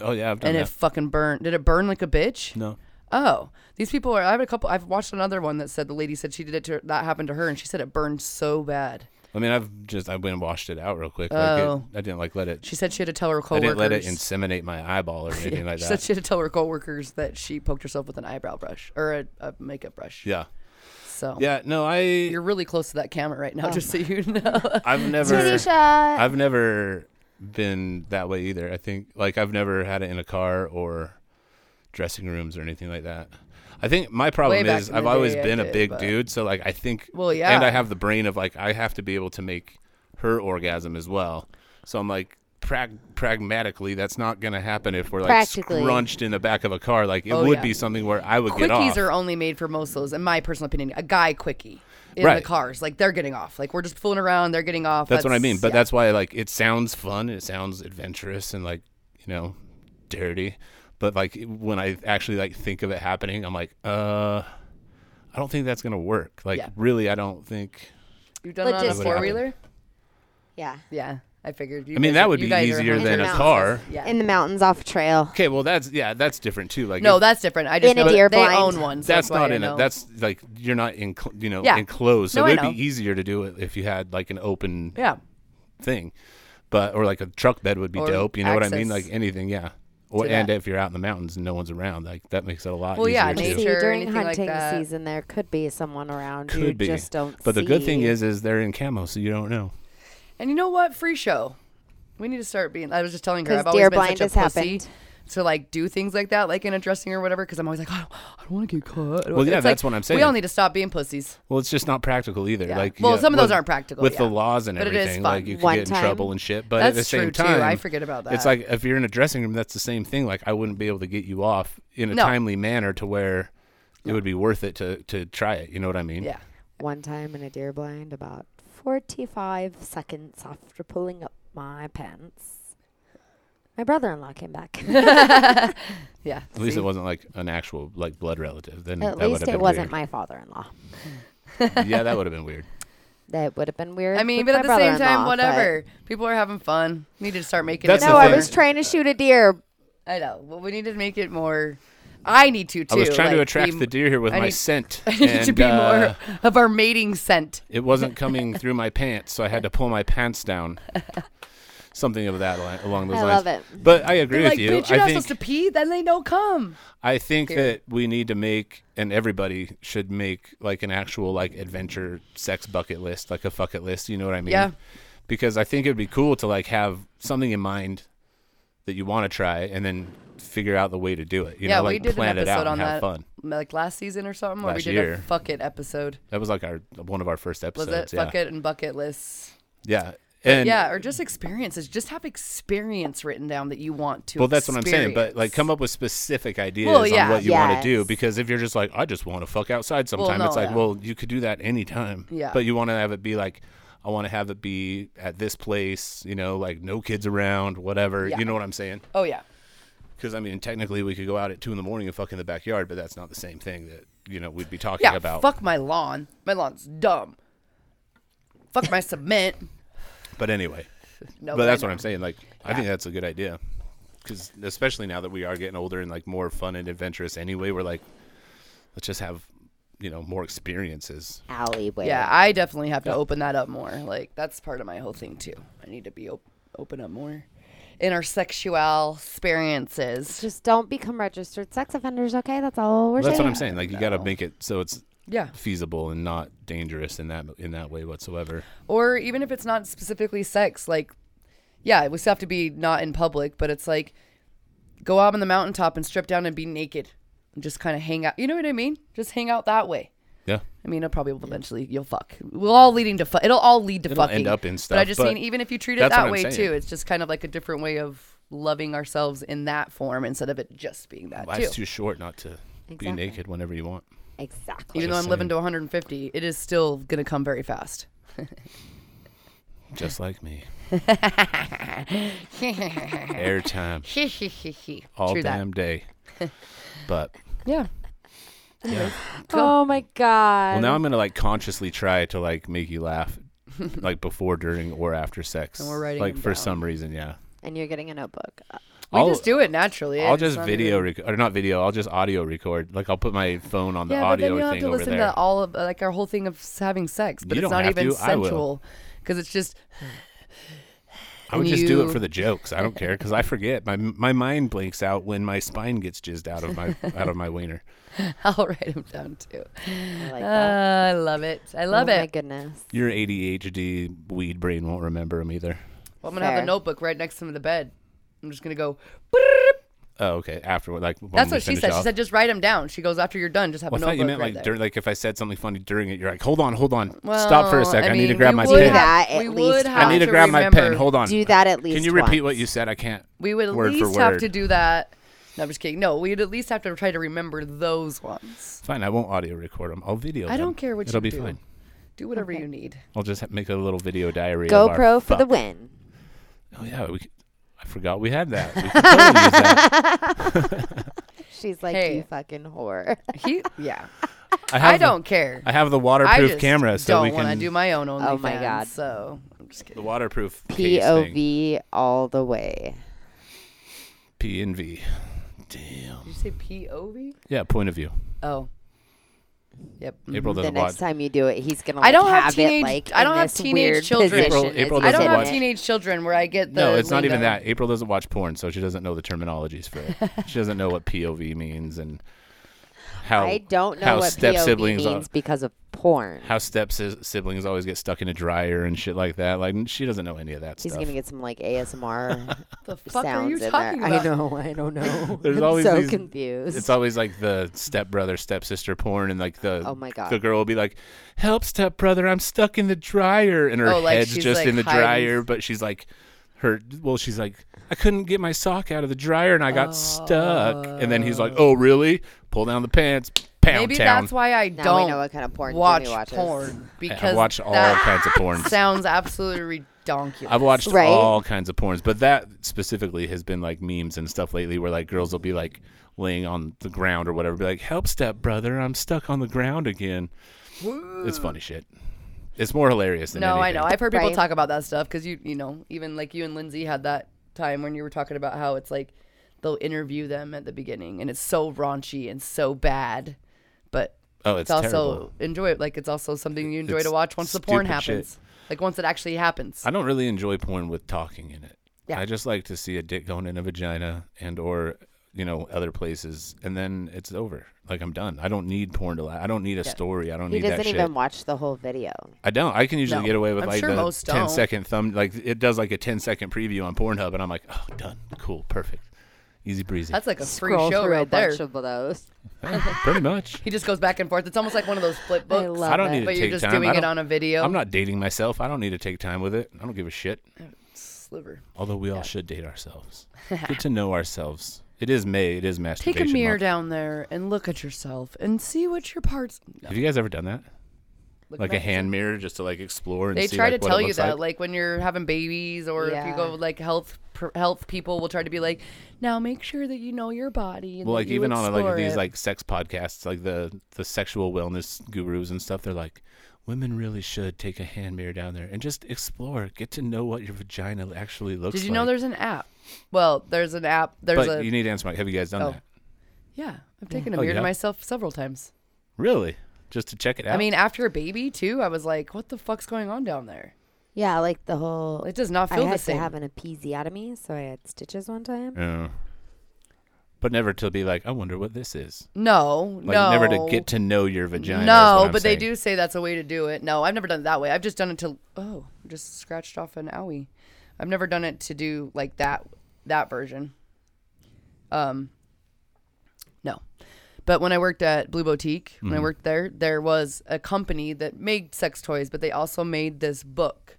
B: Oh yeah, I've done
A: and
B: that.
A: it fucking burned. Did it burn like a bitch?
B: no.
A: Oh, these people are. I have a couple. I've watched another one that said the lady said she did it to that happened to her and she said it burned so bad.
B: I mean, I've just I went and washed it out real quick. Like
A: Oh.
B: it, I didn't like let it.
A: She said she had to tell her
B: I
A: coworkers.
B: didn't let it inseminate my eyeball or anything like
A: she said
B: that.
A: she had to tell her coworkers that she poked herself with an eyebrow brush or a, a makeup brush.
B: yeah,
A: So
B: yeah. No, I
A: You're really close to that camera right
C: Oh
A: now, just so you know.
B: I've never
C: Titty shot.
B: I've never been that way either. I think like I've never had it in a car or dressing rooms or anything like that. I think my problem
A: back
B: is
A: in
B: I've
A: the
B: always
A: day I
B: been a
A: did,
B: big
A: but-
B: dude, so like I think
A: Well,
B: and
A: yeah.
B: I have the brain of like I have to be able to make her orgasm as well. So I'm like prag- pragmatically that's not going to happen if we're like
C: Practically.
B: scrunched in the back of a car like it
A: Oh,
B: would
A: yeah.
B: be something where I would get
A: Quickies
B: off.
A: are only made for mostlos, in my personal opinion. A guy quickie in the
B: Right.
A: cars, like they're getting off. Like we're just fooling around, they're getting off.
B: that's, what I mean, but
A: yeah.
B: that's why like it sounds fun, it sounds adventurous and like, you know, dirty. But like it- when I actually like think of it happening, I'm like, uh I don't think that's going to work. Like
A: Yeah.
B: really I don't think
A: you've done it on a
C: Logistics.
A: four wheeler.
C: yeah.
A: Yeah, I figured. You
B: I mean,
A: guys
B: that
A: are-
B: would
A: you
B: be
A: guys are
B: easier
A: hunters.
B: than a
C: hungry.
B: car.
A: Yeah.
C: In the mountains off trail.
B: Okay, well that's yeah, that's different too. Like
A: no,
B: if-
A: that's different. I just
C: In a
A: know
C: deer
A: they
C: blind.
A: own one. So
B: that's
A: why
B: not
A: I
B: in
A: know.
B: it. That's like you're not in you know
A: Yeah.
B: enclosed. So
A: No, I
B: it would
A: know.
B: be easier to do it if you had like an open
A: yeah.
B: thing, but or like a truck bed would be
A: Or
B: dope. You know what I mean?
A: access
B: Like anything, yeah. Or
A: to
B: and
A: that.
B: if you're out in the mountains and no one's around, like that makes it a lot.
A: Well, yeah,
B: easier
A: nature
B: too.
C: See,
A: or
C: during
A: anything like
C: hunting
A: that.
C: season, there could be someone around. you
B: could be.
C: just don't.
B: but the good thing
C: see.
B: is, is they're in camo, so you don't know.
A: And you know what? Free show. We need to start being. I was just telling her
C: 'Cause
A: I've always
C: Deer
A: been
C: Blind
A: such a
C: has
A: pussy
C: happened.
A: to like do things like that, like in a dressing or whatever. Because I'm always like, oh, I don't want to get caught. I don't-
B: Well, yeah,
A: It's
B: that's
A: like,
B: what I'm
A: We all
B: saying.
A: need to stop being pussies.
B: Well, it's just not practical either.
A: Yeah.
B: Like,
A: Well,
B: yeah,
A: some of those
B: with-
A: aren't practical,
B: with the
A: yeah.
B: laws and
A: But it is
B: everything.
A: fun.
B: Like, you could
C: One
B: get in
C: time.
B: trouble and shit. But at the
A: That's
B: same
A: true, too.
B: time,
A: I forget about that.
B: It's like if you're in a dressing room, that's the same thing. Like, I wouldn't be able to get you off in a
A: No.
B: timely manner to where it would be worth it to to try it. You know what I mean?
A: Yeah.
C: one time in a deer blind, about forty-five seconds after pulling up my pants, my brother-in-law came back.
A: Yeah.
B: At least it wasn't like an actual like blood relative. Then
C: At
B: that would have
C: least
B: been
C: it wasn't
B: weird.
C: my father-in-law.
B: yeah, that would have been weird.
C: That would have been weird.
A: I mean,
C: with
A: but at
C: my
A: the same time,
C: brother-in-law, but-
A: whatever. People are having fun. We need to start making
B: That's
A: it.
B: the
C: No, I
B: thing.
C: was trying to shoot a deer.
A: I know. Well, we need to make it more. I need to too.
B: I was trying to
A: like,
B: attract
A: be-
B: the deer here with
A: I
B: my
A: need-
B: scent.
A: I need to
B: and,
A: be
B: uh,
A: more of our mating scent.
B: It wasn't coming through my pants, so I had to pull my pants down. Something of that line, along those
C: I
B: lines.
C: love it.
B: But I agree
A: Like,
B: with you.
A: bitch,
B: I
A: you're not
B: think
A: supposed to pee. Then they don't come.
B: I think that we need to make, and everybody should make like an actual like adventure sex bucket list, like a bucket list. You know what I mean?
A: Yeah.
B: Because I think it'd be cool to like have something in mind that you want to try, and then figure out the way to do it. You
A: yeah,
B: know, like
A: we did an
B: plan it
A: episode
B: out
A: on
B: and have
A: that,
B: fun.
A: like last season or something, where we
B: Last
A: did
B: year.
A: a fuck it episode.
B: That was like our one of our first
A: Was
B: episodes.
A: it
B: yeah.
A: fuck it and bucket lists?
B: Yeah. And
A: yeah, or just experiences. Just have experience written down that you want to.
B: Well, that's what I'm saying. But like,
A: experience.
B: come up with specific ideas
A: Well, yeah.
B: on what you want
C: Yes.
B: to do. Because if you're just like, I just want to fuck outside sometime,
A: no,
B: it's like,
A: yeah.
B: well, you could do that anytime.
A: Yeah.
B: But you want to have it be like, I want to have it be at this place. You know, like no kids around, whatever.
A: Yeah.
B: You know what I'm saying?
A: Oh yeah.
B: Because I mean, technically, we could go out at two in the morning and fuck in the backyard, but that's not the same thing that you know we'd be talking
A: Yeah,
B: about.
A: fuck my lawn. My lawn's dumb. Fuck my cement.
B: But anyway,
A: No,
B: but that's
A: I
B: what
A: know.
B: I'm saying. Like, I think that's a good idea. Because especially now that we are getting older and like more fun and adventurous anyway, we're like, let's just have, you know, more experiences.
C: Alleyway.
A: Yeah, I definitely have to open that up more. Like that's part of my whole thing too. I need to be op- open up more in our sexual experiences.
C: Just don't become registered sex offenders, okay? That's all we're
B: Well, that's
C: saying.
B: what I'm saying. Like, you got to make it so it's
A: Yeah.
B: feasible and not dangerous in that in that way whatsoever.
A: Or even if it's not specifically sex, like yeah, we still have to be not in public, but it's like go out on the mountaintop and strip down and be naked and just kind of hang out. You know what I mean? Just hang out that way.
B: Yeah.
A: I mean, it'll probably eventually you'll fuck. We'll all leading to fu- it'll all lead to
B: It'll
A: fucking.
B: end up in
A: But I
B: stuff,
A: just
B: but
A: mean, even if you treat it
B: that's what
A: that
B: I'm
A: way
B: saying.
A: too, it's just kind of like a different way of loving ourselves in that form instead of it just being that
B: Life's
A: too.
B: too short not to
C: Exactly.
B: be naked whenever you want.
C: Exactly.
A: Even though I'm
B: just
A: living
B: saying.
A: to 150, it is still gonna come very fast.
B: Just like me. Airtime all
A: True that.
B: damn day. But
A: Yeah.
C: Oh my god.
A: Um,
B: well, now I'm gonna like consciously try to like make you laugh, like before, during, or after sex.
A: And we're writing
B: like
A: them
B: for
A: down.
B: some reason, yeah.
C: and you're getting a notebook.
A: We
B: I'll
A: just do it naturally.
B: I'll
A: It's
B: just
A: not
B: video
A: even-
B: rec- or not video. I'll just audio record. Like I'll put my phone on the
A: yeah, but
B: audio
A: then you'll have
B: thing
A: to
B: over
A: listen
B: there.
A: to all of like our whole thing of s- having sex, but
B: You
A: it's
B: don't
A: not
B: have
A: even
B: to, I will.
A: sensual because it's just
B: I would
A: and
B: just do it
A: you-
B: for the jokes. I don't care because I forget. My my mind blinks out when my spine gets jizzed out of my out of my wiener.
A: I'll write them down too.
C: I like
A: Uh,
C: that.
A: I love it. I love
C: oh
A: it.
C: my goodness.
B: Your ADHD weed brain won't remember them either.
A: Well, I'm gonna have
C: Fair.
A: a notebook right next to the bed. I'm just gonna go.
B: Oh, okay. Afterward, like when
A: That's
B: we
A: what she
B: finish
A: said. She
B: off.
A: said just write them down. She goes after you're done, just have
B: Well,
A: a
B: I thought
A: notebook
B: you meant
A: right
B: like
A: there.
B: during, like if I said something funny during it, you're like, hold on, hold on,
A: Well,
B: stop for a second. I, need to
A: mean,
B: grab
A: we
B: my
A: would
B: pen.
C: have-
A: we
C: at
A: would
C: least
A: have
B: I need to grab my pen. Hold on.
C: Do that at least.
B: Can you repeat what
C: once.
B: you said? I can't.
A: We would at
B: word for
A: least have
B: word.
A: to do that. No, I'm just kidding. No, we'd at least have to try to remember those ones.
B: Fine, I won't audio record them. I'll video.
A: I don't
B: them.
A: care what
B: It'll be
A: you do.
B: fine.
A: Do whatever you need.
B: I'll just ha- make a little video diary. of our
C: GoPro for the
B: fuck.
C: win.
B: Oh yeah, we. c- I forgot we had that. We could totally use that.
C: She's like,
A: Hey.
C: you fucking whore.
A: He, yeah.
B: I, have
A: I
B: the-
A: don't care.
B: I have the
A: I
B: waterproof
A: just
B: camera, so
A: don't
B: we
A: wanna
B: can
A: do my own OnlyFans.
C: Oh my God.
A: So I'm just
B: the
A: kidding.
B: waterproof case thing.
C: POV all the way.
B: P and V. Damn.
A: Did you say POV?
B: Yeah, point of view.
A: Oh. Yep.
B: April
C: The
B: doesn't watch.
C: next time you do it, he's gonna. Like,
A: I don't have,
C: it,
A: teenage.
C: like,
A: I don't
C: in
A: have
C: this
A: teenage
C: weird
A: children.
C: position.
B: April- April
A: I don't
B: doesn't
A: have
B: watch-
A: teenage children where I get the.
B: no, it's not even
A: lingo.
B: that. April doesn't watch porn, so she doesn't know the terminologies for it. she doesn't know what POV means and how
C: I don't know
B: how
C: what
B: step
C: POV
B: siblings
C: means because of porn.
B: how step sis- siblings always get stuck in a dryer and shit like that. Like she doesn't know any of that
C: He's
B: stuff.
C: gonna get some like ASMR
A: The fuck are you
C: sounds in
A: talking
C: there.
A: about?
C: I know. I don't know.
B: There's
C: I'm
B: always
C: so
B: these-
C: confused.
B: it's always like the stepbrother, stepsister porn, and like the
C: Oh my God.
B: the girl will be like, "Help, stepbrother, I'm stuck in the dryer," and her
A: Oh, like
B: head's
A: she's,
B: just
A: like,
B: in the
A: hiding.
B: dryer, but she's like, her well, she's like, "I couldn't get my sock out of the dryer and I got stuck," and then he's like, "Oh, really? Pull down the pants, pound
A: Maybe
B: town."
A: that's why I
C: Now we
A: don't
C: know what kind of porn Jimmy
A: watch
C: watches.
A: porn because
B: I've watched all
A: that
B: kinds of porn.
A: sounds absolutely ridiculous.
B: I've watched
C: Right?
B: all kinds of porns, but that specifically has been like memes and stuff lately where like girls will be like laying on the ground or whatever, be like, Help step brother, I'm stuck on the ground again. It's funny shit. It's more hilarious than
A: no, I know.
B: anything.
A: I've heard people
C: Right.
A: talk about that stuff because you, you know, even like you and Lindsay had that time when you were talking about how it's like they'll interview them at the beginning and it's so raunchy and so bad, but
B: Oh, it's,
A: it's also
B: terrible.
A: enjoy it. Like it's also something you enjoy
B: It's
A: to watch once the porn
B: stupid shit.
A: happens. Like once it actually happens.
B: I don't really enjoy porn with talking in it.
A: Yeah.
B: I just like to see a dick going in a vagina and or you know other places, and then it's over. Like I'm done. I don't need porn to. La- I don't need a story. I don't
C: he
B: need that
C: doesn't
B: shit.
C: even watch the whole video.
B: I don't. I can usually
A: No.
B: get away with
A: I'm
B: like
A: sure
B: the
A: most
B: 10
A: don't.
B: second thumb. Like it does like a 10 second preview on Pornhub, and I'm like, oh, done. Cool. Perfect. Easy breezy.
A: That's like a free
C: Scroll
A: show
C: through a
A: right there.
C: bunch of those.
B: Yeah, pretty much.
A: He just goes back and forth. It's almost like one of those flip
C: I
A: books.
C: love
B: I don't
C: it.
B: need to
A: But
B: take
A: you're just
B: time.
A: doing
B: I
A: it
B: don't-
A: on a video.
B: I'm not dating myself. I don't need to take time with it. I don't give a shit.
A: Sliver.
B: Although we all should date ourselves. Get to know ourselves. It is May. It is
A: Take
B: masturbation.
A: a mirror
B: month.
A: down there and look at yourself and see what your parts.
B: Have you guys ever done that?
A: Look
B: Like
A: back
B: a
A: at
B: hand mirror just to like explore and
A: They
B: see,
A: try
B: like,
A: to
B: what it
A: tell you
B: looks
A: that,
B: like.
A: like, when you're having babies, or if you go
C: Yeah.
A: like health pr- health people will try to be like, now make sure that you know your body. And
B: Well,
A: that
B: like
A: you
B: even on like
A: explore
B: these
A: it."
B: like sex podcasts, like the the sexual wellness gurus and stuff, they're like, women really should take a hand mirror down there and just explore, get to know what your vagina actually looks like.
A: Did you know there's an app? Well, there's an app. There's
B: But
A: a
B: you need to answer my. Have you guys done
A: Oh.
B: that?
A: yeah. I've taken a
B: Oh,
A: mirror
B: yeah?
A: to myself several times.
B: Really? Just to check it out.
A: I mean, after a baby too, I was like, "What the fuck's going on down there?"
C: Yeah, like the whole.
A: It does not
C: I
A: feel
C: had
A: the
C: to
A: same.
C: have an episiotomy, so I had stitches one time.
B: Yeah. Oh. But never to be like, I wonder what this is.
A: no,
B: Like
A: no.
B: never to get to know your vagina. is
A: No,
B: what I'm
A: but
B: saying.
A: they do say that's a way to do it. No, I've never done it that way. I've just done it to oh, just scratched off an owie. I've never done it to do like that that version. Um no. But when I worked at Blue Boutique, when I worked there, there was a company that made sex toys, but they also made this book,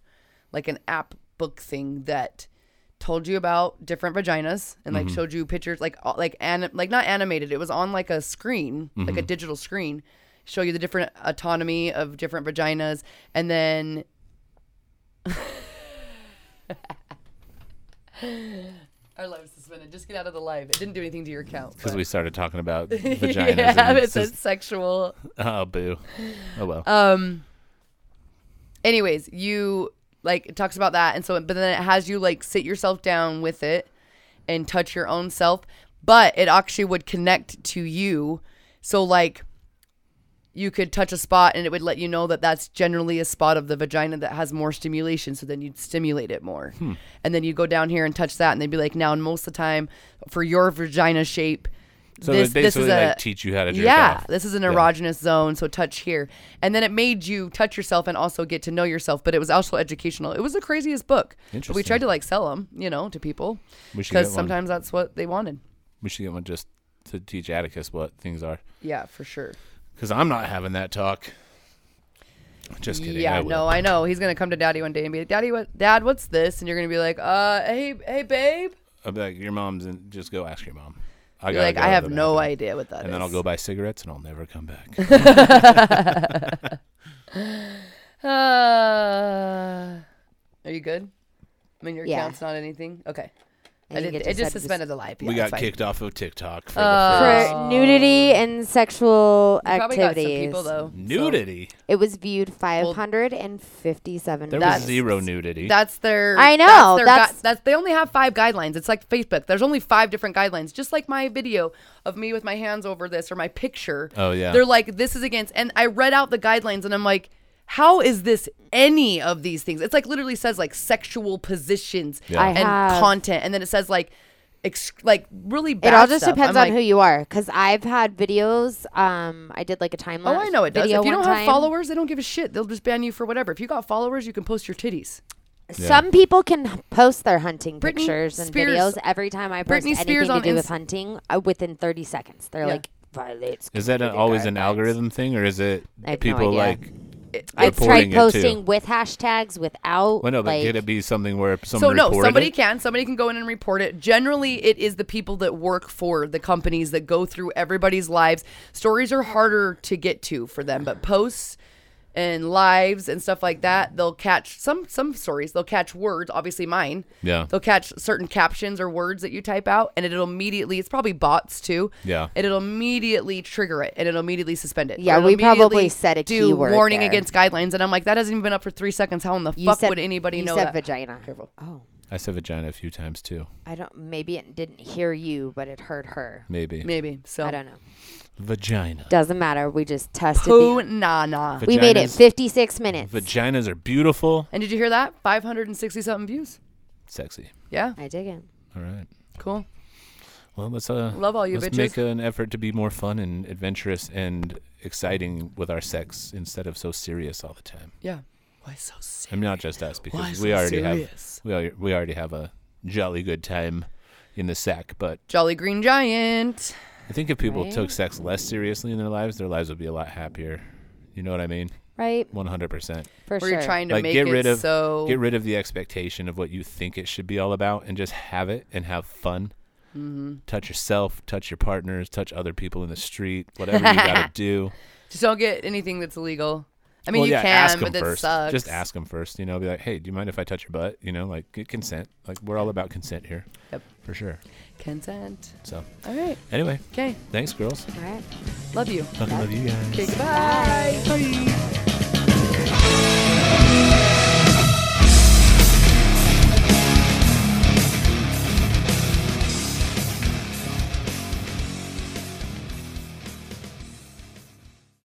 A: like an app book thing that told you about different vaginas and like showed you pictures like all- like anim- like not animated it was on like a screen like a digital screen show you the different autonomy of different vaginas and then our live suspended just get out of the live it didn't do anything to your account
B: Because
A: but-
B: we started talking about vaginas.
A: yeah
B: and it's
A: it's a
B: just,
A: sexual
B: oh, boo. Oh, well.
A: um anyways you like it talks about that and so but then it has you like sit yourself down with it and touch your own self but it actually would connect to you so like you could touch a spot and it would let you know that that's generally a spot of the vagina that has more stimulation so then you'd stimulate it more
B: Hmm.
A: and then you go down here and touch that and they'd be like now and most of the time for your vagina shape
B: so
A: this,
B: they
A: this
B: basically
A: is a
B: like teach you how to jerk
A: yeah,
B: off.
A: this is an erogenous zone, so touch here. And then it made you touch yourself and also get to know yourself, but it was also educational. It was the craziest book. But we
B: Interesting.
A: tried to like sell them, you know, to people
B: We should get
A: because
B: one.
A: sometimes that's what they wanted.
B: We should get one just to teach Atticus what things are.
A: Yeah, for sure.
B: Because I'm not having that talk. Just kidding.
A: yeah,
B: I will.
A: no, I know. He's going to come to daddy one day and be like, "Daddy, what dad, what's this?" And you're going to be like, "Uh, hey, hey babe."
B: I'll be like, your mom's in. Just go ask your mom. I
A: You're
B: gotta
A: like,
B: go
A: "I
B: to
A: have
B: the
A: no
B: bathroom."
A: idea what that is.
B: And then I'll go buy cigarettes and I'll never come back.
A: Uh, are you good? I mean, your
C: Yeah.
A: account's not anything. Okay. I,
C: think
A: didn't. It
C: it
A: just,
C: just said-
A: suspended the live. Yeah,
B: we
A: it's
B: got
A: fine.
B: kicked off of TikTok for
A: Uh,
B: the first
C: For nudity and sexual
A: You Probably got some
C: activities.
A: people though. so-
B: nudity.
C: It was viewed 557
B: There was
C: times.
B: zero nudity.
A: That's their.
C: I know,
A: That's their
C: that's-
A: gui- that's they only have five guidelines. It's like Facebook. There's only five different guidelines. Just like my video of me with my hands over this or my picture.
B: Oh, yeah.
A: They're like this is against, and I read out the guidelines, and I'm like, how is this any of these things? It's like literally says like sexual positions
B: Yeah. I
A: and
C: have-
A: content, and then it says like, ex- like really
C: It
A: bad.
C: all just
A: stuff.
C: depends
A: I'm
C: on who
A: like,
C: you are. Because I've had videos. Um, I did like a time
A: Oh,
C: lapse.
A: I know it does.
C: video
A: If you don't
C: one
A: have
C: time.
A: followers, they don't give a shit. They'll just ban you for whatever. If you got followers, you can post your titties.
C: some people can post their hunting
A: Britney
C: pictures and
A: Spears-
C: videos. Every time I post
A: Britney
C: anything
A: Spears
C: to
A: on
C: do with
A: Inst-
C: hunting, uh, within 30 seconds, they're
A: Yeah.
C: like violates.
B: Is that an,
C: community
B: always an
C: guidelines."
B: algorithm thing, or is it
C: I have no
B: people
C: idea.
B: like?
A: It-
C: I've
B: reporting
C: tried
B: it, too?
C: posting with hashtags, without.
B: Well, no, but
C: like,
B: could it be something where
A: So
B: someone
A: no,
B: reported
A: somebody
B: it?
A: can. Somebody can go in and report it. Generally, it is the people that work for the companies that go through everybody's lives. Stories are harder to get to for them, but posts and lives and stuff like that, they'll catch some some stories. They'll catch words, obviously mine.
B: Yeah.
A: They'll catch certain captions or words that you type out, and it'll immediately. It's probably bots too.
B: Yeah.
A: And it'll immediately trigger it, and it'll immediately suspend it.
C: Yeah,
A: Or it'll
C: we probably
A: immediately
C: said a
A: do
C: keyword
A: warning
C: there.
A: against guidelines, and I'm like, that hasn't even been up for three seconds. How in the
C: you
A: fuck
C: said-
A: would anybody
C: you
A: know
C: said
A: that?
C: vagina. Oh,
B: I said vagina a few times too.
C: I don't. Maybe it didn't hear you, but it heard her.
B: Maybe
A: Maybe so.
C: I don't know.
B: vagina.
C: Doesn't matter. We just tested.
A: Poo
C: The,
A: na na.
C: we made it
B: Vaginas-
C: 56 minutes.
B: Vaginas are beautiful,
A: And did you hear that? 560 something views.
B: sexy.
A: Yeah,
C: I dig it.
B: All right.
A: cool.
B: Well, let's uh
A: Love all you
B: let's
A: bitches.
B: make an effort to be more fun and adventurous and exciting with our sex instead of so serious all the time.
A: Yeah. Why so sick?
B: I mean, not just us because
A: Why
B: we
A: so
B: already
A: serious?
B: have we already, we already have a jolly good time in the sack, but
A: Jolly Green Giant.
B: I think if people
C: Right.
B: took sex less seriously in their lives, their lives would be a lot happier. You know what I mean?
C: Right?
B: One hundred percent.
C: For
A: Where
C: sure.
A: you're trying to
B: Like
A: make
B: get
A: it
B: rid of
A: so.
B: get rid of the expectation of what you think it should be all about, and just have it and have fun.
A: Mm-hmm.
B: Touch yourself, touch your partners, touch other people in the street. Whatever you gotta do.
A: just don't get anything that's illegal. I mean,
B: Well,
A: you
B: yeah,
A: can,
B: ask 'em
A: but that
B: first.
A: sucks.
B: Just ask them first. You know, be like, hey, do you mind if I touch your butt? You know, like get consent. Like we're all about consent here,
A: Yep.
B: for sure.
A: Consent.
B: So
A: All right.
B: anyway,
A: Okay.
B: thanks, girls.
C: All right.
A: Love you.
B: Fucking love you guys.
A: Okay. Goodbye. Bye.
B: Bye.